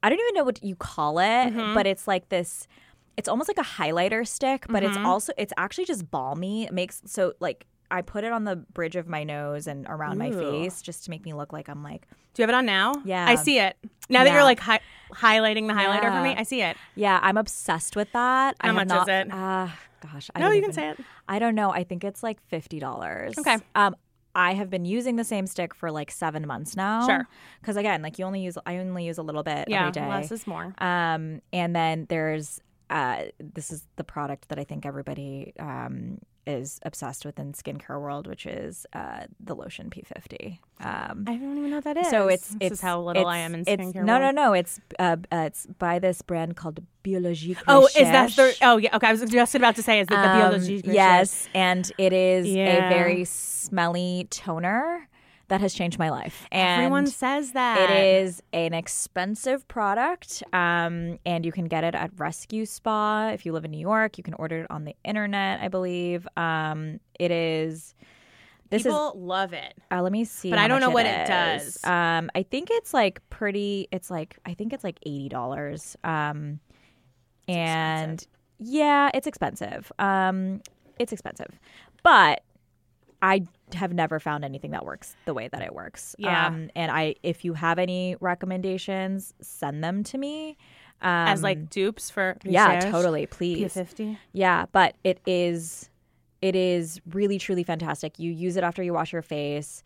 [SPEAKER 2] I don't even know what you call it,
[SPEAKER 1] Mm-hmm.
[SPEAKER 2] but it's like this. It's almost like a highlighter stick, but
[SPEAKER 1] Mm-hmm.
[SPEAKER 2] it's also it's actually just balmy. It makes so like I put it on the bridge of my nose and around my
[SPEAKER 1] Ooh.
[SPEAKER 2] face just to make me look like I'm like
[SPEAKER 1] Do you have it on now?
[SPEAKER 2] Yeah.
[SPEAKER 1] I see it now that
[SPEAKER 2] Yeah.
[SPEAKER 1] you're like hi- highlighting the highlighter for me.
[SPEAKER 2] Yeah.
[SPEAKER 1] I see it.
[SPEAKER 2] yeah I'm obsessed with that.
[SPEAKER 1] How
[SPEAKER 2] I have
[SPEAKER 1] much
[SPEAKER 2] not,
[SPEAKER 1] is it?
[SPEAKER 2] Ah, gosh. I
[SPEAKER 1] No,
[SPEAKER 2] don't
[SPEAKER 1] you
[SPEAKER 2] even-
[SPEAKER 1] can say it.
[SPEAKER 2] I don't know. I think it's like fifty dollars.
[SPEAKER 1] Okay.
[SPEAKER 2] Um, I have been using the same stick for like seven months now.
[SPEAKER 1] Sure.
[SPEAKER 2] Because again, like you only use I only use a little bit
[SPEAKER 1] Yeah,
[SPEAKER 2] every day.
[SPEAKER 1] less is more.
[SPEAKER 2] Um, and then there's uh, this is the product that I think everybody um, is obsessed with in skincare world, which is uh, the lotion P50. Um,
[SPEAKER 1] I don't even know what that is.
[SPEAKER 2] so it's
[SPEAKER 1] this
[SPEAKER 2] it's
[SPEAKER 1] is how little I
[SPEAKER 2] it's-
[SPEAKER 1] am in
[SPEAKER 2] it's-
[SPEAKER 1] skincare.
[SPEAKER 2] No, no,
[SPEAKER 1] world.
[SPEAKER 2] no. It's uh, uh, it's by this brand called Biologique.
[SPEAKER 1] Oh, is that the?
[SPEAKER 2] Recherche.
[SPEAKER 1] Oh, yeah. Okay, I was just about to say is that the
[SPEAKER 2] Um,
[SPEAKER 1] biology?
[SPEAKER 2] Yes, and it is
[SPEAKER 1] Yeah.
[SPEAKER 2] a very smelly toner that has changed my life. And
[SPEAKER 1] everyone says that
[SPEAKER 2] it is an expensive product, um, and you can get it at Rescue Spa if you live in New York. You can order it on the internet, I believe. Um, it is. This is.
[SPEAKER 1] People love it.
[SPEAKER 2] Uh, let me see.
[SPEAKER 1] But
[SPEAKER 2] how
[SPEAKER 1] I don't
[SPEAKER 2] much
[SPEAKER 1] know what it
[SPEAKER 2] is.
[SPEAKER 1] does.
[SPEAKER 2] Um, I think it's like pretty. It's like I think it's like eighty dollars. Um, and yeah, it's expensive. Um, it's expensive, but I have never found anything that works the way that it works.
[SPEAKER 1] Yeah.
[SPEAKER 2] Um, and I, if you have any recommendations, send them to me. Um,
[SPEAKER 1] As like dupes for
[SPEAKER 2] yeah,
[SPEAKER 1] Recherche,
[SPEAKER 2] totally, please.
[SPEAKER 1] P50.
[SPEAKER 2] Yeah, but it is it is really truly fantastic. You use it after you wash your face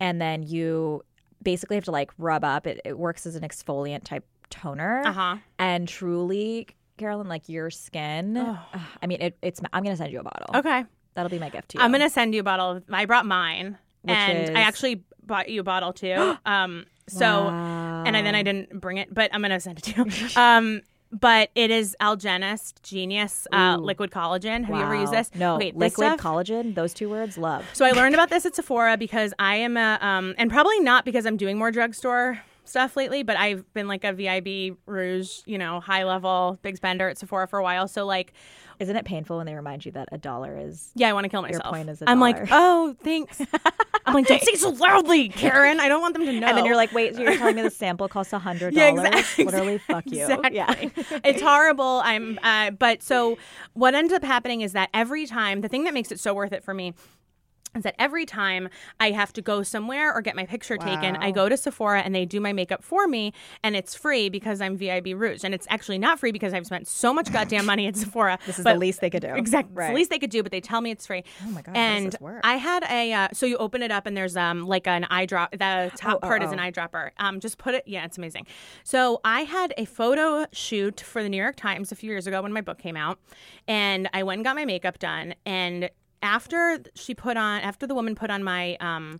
[SPEAKER 2] and then you basically have to like rub up. It, it works as an exfoliant type toner.
[SPEAKER 1] Uh huh.
[SPEAKER 2] And truly Carolyn, like your skin, ugh, I mean, it, it's. I'm gonna send you a bottle.
[SPEAKER 1] Okay.
[SPEAKER 2] That'll be my gift to you.
[SPEAKER 1] I'm gonna send you a bottle. Of, I brought mine,
[SPEAKER 2] Which
[SPEAKER 1] and
[SPEAKER 2] is-
[SPEAKER 1] I actually bought you a bottle too. um, so and I, then I didn't bring it, but I'm gonna send it to you. um, but it is Algenist Genius uh, Liquid Collagen. Have you ever used
[SPEAKER 2] Wow.
[SPEAKER 1] this?
[SPEAKER 2] No,
[SPEAKER 1] Wait, stuff-
[SPEAKER 2] liquid collagen. Those two words, love.
[SPEAKER 1] so I learned about this at Sephora because I am a, um, and probably not because I'm doing more drugstore stuff lately, but I've been like a VIB Rouge, you know, high level big spender at Sephora for a while. So like,
[SPEAKER 2] Isn't it painful when they remind you that a dollar is?
[SPEAKER 1] Yeah, I want to kill myself.
[SPEAKER 2] point is a
[SPEAKER 1] I'm like,
[SPEAKER 2] dollar.
[SPEAKER 1] oh, thanks. I'm like, don't say so loudly, Karen. I don't want them to know.
[SPEAKER 2] And then you're like, wait, so you're telling me the sample costs a hundred
[SPEAKER 1] Yeah,
[SPEAKER 2] dollars?
[SPEAKER 1] exa-
[SPEAKER 2] Literally, fuck you. Yeah.
[SPEAKER 1] it's horrible. I'm, uh, but so what ends up happening is that every time, the thing that makes it so worth it for me is that every time I have to go somewhere or get my picture taken, I go to Sephora and they do my makeup for me and it's free because I'm VIB Rouge. And it's actually not free because I've spent so much goddamn money at Sephora.
[SPEAKER 2] This is
[SPEAKER 1] but
[SPEAKER 2] the least they could do.
[SPEAKER 1] Exactly. It's
[SPEAKER 2] Right.
[SPEAKER 1] the least they could do, but they tell me it's free. Oh
[SPEAKER 2] my gosh, how does
[SPEAKER 1] And
[SPEAKER 2] this work?
[SPEAKER 1] I had a uh, so you open it up and there's um like an eye drop. The top part is an eyedropper. Um, just put it. Yeah, it's amazing. So I had a photo shoot for the New York Times a few years ago when my book came out, and I went and got my makeup done. And after she put on, after the woman put on my um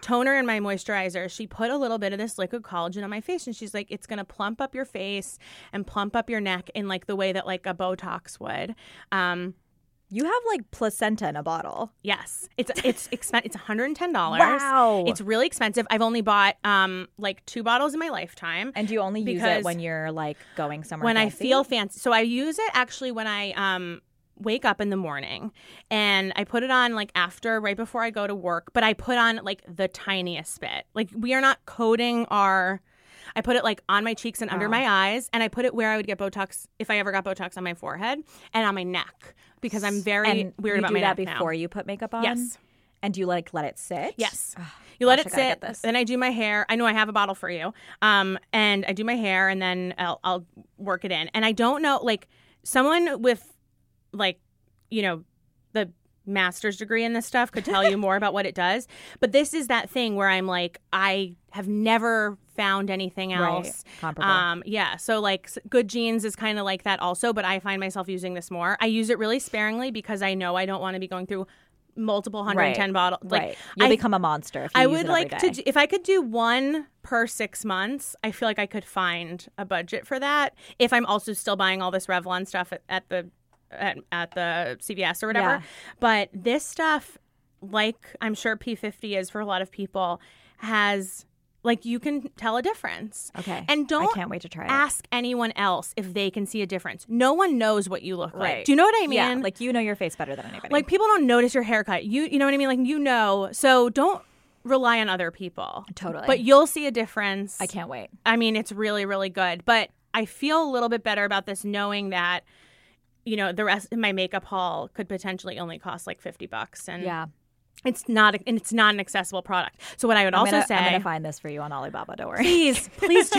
[SPEAKER 1] toner and my moisturizer, she put a little bit of this liquid collagen on my face and she's like, it's going to plump up your face and plump up your neck in like the way that like a Botox would. Um,
[SPEAKER 2] You have like placenta in a bottle.
[SPEAKER 1] Yes, it's it's expen- it's one hundred and ten dollars.
[SPEAKER 2] Wow.
[SPEAKER 1] it's really expensive. I've only bought um like two bottles in my lifetime.
[SPEAKER 2] And you only use it
[SPEAKER 1] Because-
[SPEAKER 2] when you're like going somewhere.
[SPEAKER 1] when I
[SPEAKER 2] fancy?
[SPEAKER 1] feel fancy, so I use it actually when I um wake up in the morning, and I put it on like after right before I go to work. But I put on like the tiniest bit. Like we are not coating our. I put it like on my cheeks and under
[SPEAKER 2] Wow.
[SPEAKER 1] my eyes, and I put it where I would get Botox if I ever got Botox on my forehead and on my neck because I'm very
[SPEAKER 2] and
[SPEAKER 1] weird
[SPEAKER 2] you
[SPEAKER 1] about
[SPEAKER 2] do
[SPEAKER 1] my
[SPEAKER 2] that
[SPEAKER 1] neck now.
[SPEAKER 2] before you put makeup on.
[SPEAKER 1] Yes.
[SPEAKER 2] And do you like let it sit?
[SPEAKER 1] Yes.
[SPEAKER 2] Ugh,
[SPEAKER 1] You let it
[SPEAKER 2] gosh, I gotta
[SPEAKER 1] sit.
[SPEAKER 2] get this.
[SPEAKER 1] Then I do my hair. I know I have a bottle for you. Um, and I do my hair, and then I'll, I'll work it in. And I don't know, like someone with, like, you know, the master's degree in this stuff could tell you more about what it does. But this is that thing where I'm like, I have never found anything
[SPEAKER 2] Right.
[SPEAKER 1] else.
[SPEAKER 2] Comparable.
[SPEAKER 1] Um, yeah. So like s- good jeans is kind of like that also, but I find myself using this more. I use it really sparingly because I know I don't want to be going through multiple 110 bottles. Like
[SPEAKER 2] right. You'll
[SPEAKER 1] I-
[SPEAKER 2] become a monster. If you
[SPEAKER 1] I
[SPEAKER 2] use
[SPEAKER 1] would
[SPEAKER 2] it every
[SPEAKER 1] like to
[SPEAKER 2] day.
[SPEAKER 1] d- if I could do one per 6 months, I feel like I could find a budget for that if I'm also still buying all this Revlon stuff at, at the at, at the CVS or whatever.
[SPEAKER 2] Yeah.
[SPEAKER 1] But this stuff like I'm sure P50 is for a lot of people has like you can tell a difference.
[SPEAKER 2] Okay.
[SPEAKER 1] And
[SPEAKER 2] I
[SPEAKER 1] don't
[SPEAKER 2] can't wait to try it.
[SPEAKER 1] ask anyone else if they can see a difference. No one knows what you look
[SPEAKER 2] Right.
[SPEAKER 1] like. Do you know what I mean?
[SPEAKER 2] yeah. Like you know your face better than anybody.
[SPEAKER 1] Like, people don't notice your haircut. You you know what I mean? Like you know. So don't rely on other people.
[SPEAKER 2] Totally.
[SPEAKER 1] But you'll see a difference.
[SPEAKER 2] I can't wait.
[SPEAKER 1] I mean, it's really really good. But I feel a little bit better about this knowing that you know the rest my makeup haul could potentially only cost like 50 bucks and
[SPEAKER 2] Yeah.
[SPEAKER 1] it's not and it's not an accessible product. So what I would
[SPEAKER 2] I'm
[SPEAKER 1] also
[SPEAKER 2] gonna,
[SPEAKER 1] say
[SPEAKER 2] I'm gonna find this for you on Alibaba. Don't worry.
[SPEAKER 1] please, please, do,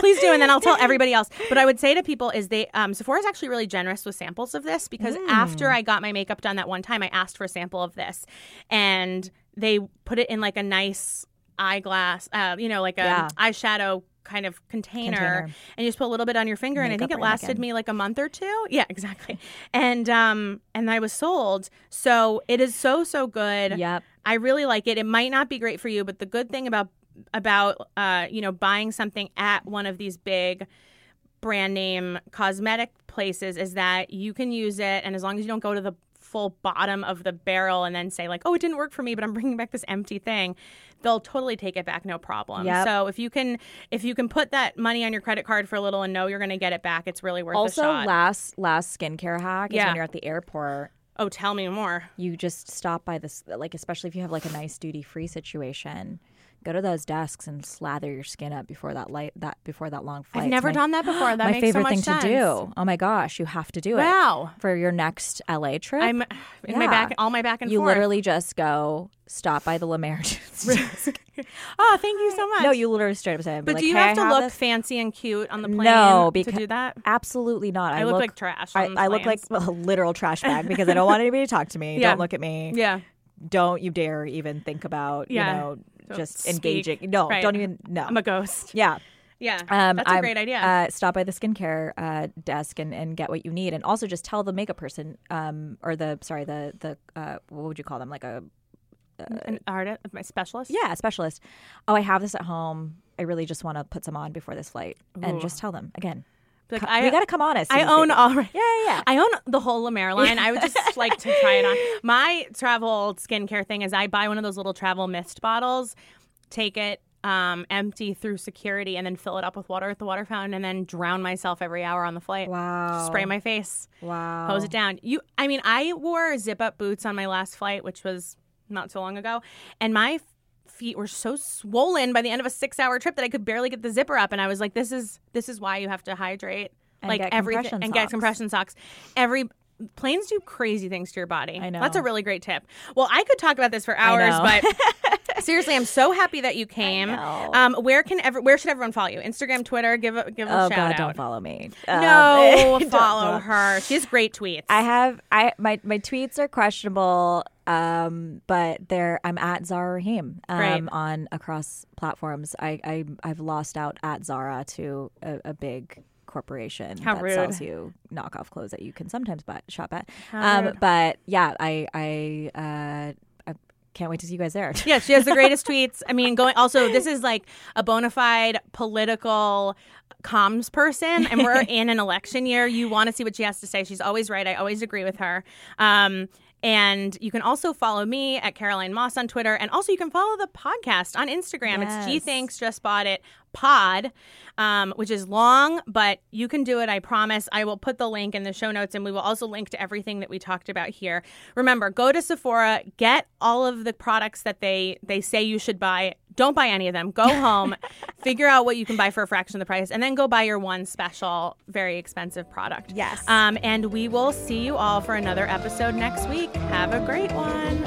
[SPEAKER 1] please do, and then I'll tell everybody else. But I would say to people is they um, Sephora's actually really generous with samples of this because after
[SPEAKER 2] Mm.
[SPEAKER 1] I got my makeup done that one time, I asked for a sample of this, and they put it in like a nice eyeglass, uh, you know, like a
[SPEAKER 2] Yeah.
[SPEAKER 1] eyeshadow kind of container,
[SPEAKER 2] Container.
[SPEAKER 1] and you just put a little bit on your finger, and I
[SPEAKER 2] Makeup
[SPEAKER 1] think it
[SPEAKER 2] ramekin.
[SPEAKER 1] lasted me like a month or two. Yeah, exactly. And um, and I was sold. So it is so so good.
[SPEAKER 2] Yep.
[SPEAKER 1] I really like it. It might not be great for you, but the good thing about about uh, you know buying something at one of these big brand name cosmetic places is that you can use it, and as long as you don't go to the full bottom of the barrel and then say like, oh, it didn't work for me, but I'm bringing back this empty thing, they'll totally take it back, no problem.
[SPEAKER 2] Yep.
[SPEAKER 1] So if you can if you can put that money on your credit card for a little and know you're going to get it back, it's really worth
[SPEAKER 2] Also,
[SPEAKER 1] the shot.
[SPEAKER 2] last last skincare hack is
[SPEAKER 1] Yeah.
[SPEAKER 2] when you're at the airport,
[SPEAKER 1] oh, tell me more.
[SPEAKER 2] you just stop by this like especially if you have like a nice duty free situation go to those desks and slather your skin up before that light that before that long flight
[SPEAKER 1] I've
[SPEAKER 2] It's
[SPEAKER 1] never
[SPEAKER 2] my,
[SPEAKER 1] done that before. That
[SPEAKER 2] my
[SPEAKER 1] makes so
[SPEAKER 2] favorite
[SPEAKER 1] much
[SPEAKER 2] thing
[SPEAKER 1] sense.
[SPEAKER 2] to do oh my gosh you have to do
[SPEAKER 1] Wow.
[SPEAKER 2] it for your next la trip
[SPEAKER 1] I'm in my
[SPEAKER 2] Yeah.
[SPEAKER 1] back, all my back and
[SPEAKER 2] you
[SPEAKER 1] forth.
[SPEAKER 2] literally just go stop by the La desk.
[SPEAKER 1] oh, thank you so much.
[SPEAKER 2] no you literally straight up say
[SPEAKER 1] but do you have to look fancy and cute on the plane
[SPEAKER 2] No,
[SPEAKER 1] to
[SPEAKER 2] becau-
[SPEAKER 1] do that?
[SPEAKER 2] absolutely not i,
[SPEAKER 1] I look like trash
[SPEAKER 2] I,
[SPEAKER 1] on
[SPEAKER 2] I look like
[SPEAKER 1] planes.
[SPEAKER 2] a literal trash bag because I don't want anybody to talk to me.
[SPEAKER 1] Yeah.
[SPEAKER 2] Don't look at me.
[SPEAKER 1] Yeah.
[SPEAKER 2] don't you dare even think about
[SPEAKER 1] Yeah.
[SPEAKER 2] you know
[SPEAKER 1] Don't
[SPEAKER 2] just
[SPEAKER 1] speak.
[SPEAKER 2] engaging no
[SPEAKER 1] Right.
[SPEAKER 2] don't even no
[SPEAKER 1] I'm a ghost.
[SPEAKER 2] yeah
[SPEAKER 1] Yeah.
[SPEAKER 2] um,
[SPEAKER 1] That's a
[SPEAKER 2] I'm-
[SPEAKER 1] great idea.
[SPEAKER 2] Uh, stop by the skincare uh, desk and, and get what you need, and also just tell the makeup person, um, or the sorry, the the uh, what would you call them? Like a
[SPEAKER 1] An artist, my specialist.
[SPEAKER 2] yeah, a specialist. Oh, I have this at home. I really just want to put some on before this flight, and
[SPEAKER 1] Ooh.
[SPEAKER 2] just tell them again.
[SPEAKER 1] Be Like,
[SPEAKER 2] co-
[SPEAKER 1] I,
[SPEAKER 2] we got to come honest.
[SPEAKER 1] I
[SPEAKER 2] in these
[SPEAKER 1] own
[SPEAKER 2] things.
[SPEAKER 1] all right.
[SPEAKER 2] Yeah, yeah, yeah.
[SPEAKER 1] I own the whole La Mer line. I would just like to try it on. My travel skincare thing is I buy one of those little travel mist bottles, take it um, empty through security, and then fill it up with water at the water fountain, and then drown myself every hour on the flight.
[SPEAKER 2] Wow.
[SPEAKER 1] Spray my face.
[SPEAKER 2] Wow.
[SPEAKER 1] hose it down. You, I mean, I wore zip up boots on my last flight, which was not so long ago, and my f- feet were so swollen by the end of a six hour trip that I could barely get the zipper up, and I was like, "This is this is why you have to hydrate,
[SPEAKER 2] And
[SPEAKER 1] like
[SPEAKER 2] get
[SPEAKER 1] everything,
[SPEAKER 2] compression
[SPEAKER 1] and get
[SPEAKER 2] socks.
[SPEAKER 1] compression socks." Every planes do crazy things to your body.
[SPEAKER 2] I know.
[SPEAKER 1] that's a really great tip. Well, I could talk about this for
[SPEAKER 2] I
[SPEAKER 1] hours,
[SPEAKER 2] know.
[SPEAKER 1] but seriously, I'm so happy that you came.
[SPEAKER 2] know.
[SPEAKER 1] Um, where can ever where should everyone follow you? Instagram, Twitter, give a, give a
[SPEAKER 2] Oh
[SPEAKER 1] shout
[SPEAKER 2] God,
[SPEAKER 1] out.
[SPEAKER 2] don't follow me.
[SPEAKER 1] No,
[SPEAKER 2] Um, don't-
[SPEAKER 1] follow
[SPEAKER 2] don't.
[SPEAKER 1] her. She has great tweets.
[SPEAKER 2] I have I my my tweets are questionable, um, but they're I'm at Zara Rahim um,
[SPEAKER 1] Right.
[SPEAKER 2] on across platforms. I, I I've lost out at Zara to a, a big corporation
[SPEAKER 1] How
[SPEAKER 2] that
[SPEAKER 1] rude.
[SPEAKER 2] sells you knockoff clothes Um, that you can sometimes buy, shop at.
[SPEAKER 1] How
[SPEAKER 2] um,
[SPEAKER 1] rude.
[SPEAKER 2] but yeah, I I. Uh, I- can't wait to see you guys there.
[SPEAKER 1] Yeah, she has the greatest tweets. I mean, going also, this is like a bona fide political comms person, and we're in an election year. You want to see what she has to say. She's always right. I always agree with her. Um, and you can also follow me at Caroline Moss on Twitter. And also, you can follow the podcast on Instagram. It's G
[SPEAKER 2] Yes.
[SPEAKER 1] Thanks Just Bought It Pod, um, which is long, but you can do it. I promise. I will put the link in the show notes and we will also link to everything that we talked about here. Remember, go to Sephora, get all of the products that they, they say you should buy. Don't buy any of them. Go home, figure out what you can buy for a fraction of the price, and then go buy your one special, very expensive product.
[SPEAKER 2] Yes.
[SPEAKER 1] Um, and we will see you all for another episode next week. Have a great one.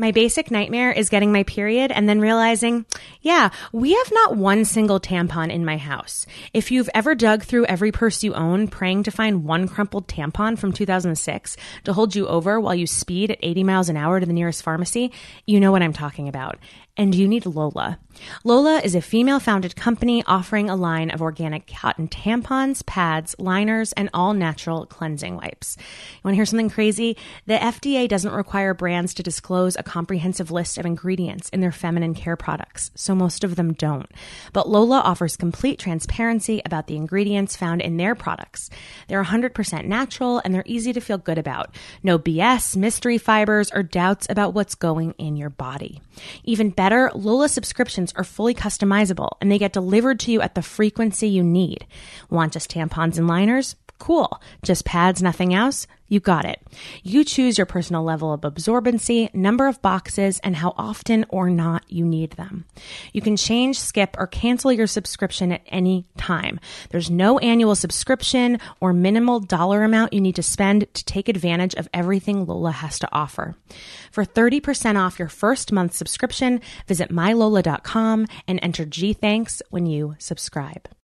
[SPEAKER 1] My basic nightmare is getting my period and then realizing, yeah, we have not one single tampon in my house. If you've ever dug through every purse you own praying to find one crumpled tampon from 2006 to hold you over while you speed at 80 miles an hour to the nearest pharmacy, you know what I'm talking about and you need Lola. Lola is a female founded company offering a line of organic cotton tampons, pads, liners, and all natural cleansing wipes. You want to hear something crazy? The FDA doesn't require brands to disclose a comprehensive list of ingredients in their feminine care products, so most of them don't. But Lola offers complete transparency about the ingredients found in their products. They're 100% natural and they're easy to feel good about. No BS, mystery fibers, or doubts about what's going in your body. Even better, Lola subscriptions are fully customizable and they get delivered to you at the frequency you need. Want just tampons and liners? Cool. Just pads, nothing else? You got it. You choose your personal level of absorbency, number of boxes, and how often or not you need them. You can change, skip, or cancel your subscription at any time. There's no annual subscription or minimal dollar amount you need to spend to take advantage of everything Lola has to offer. For 30% off your first month subscription, visit mylola.com and enter G Thanks when you subscribe.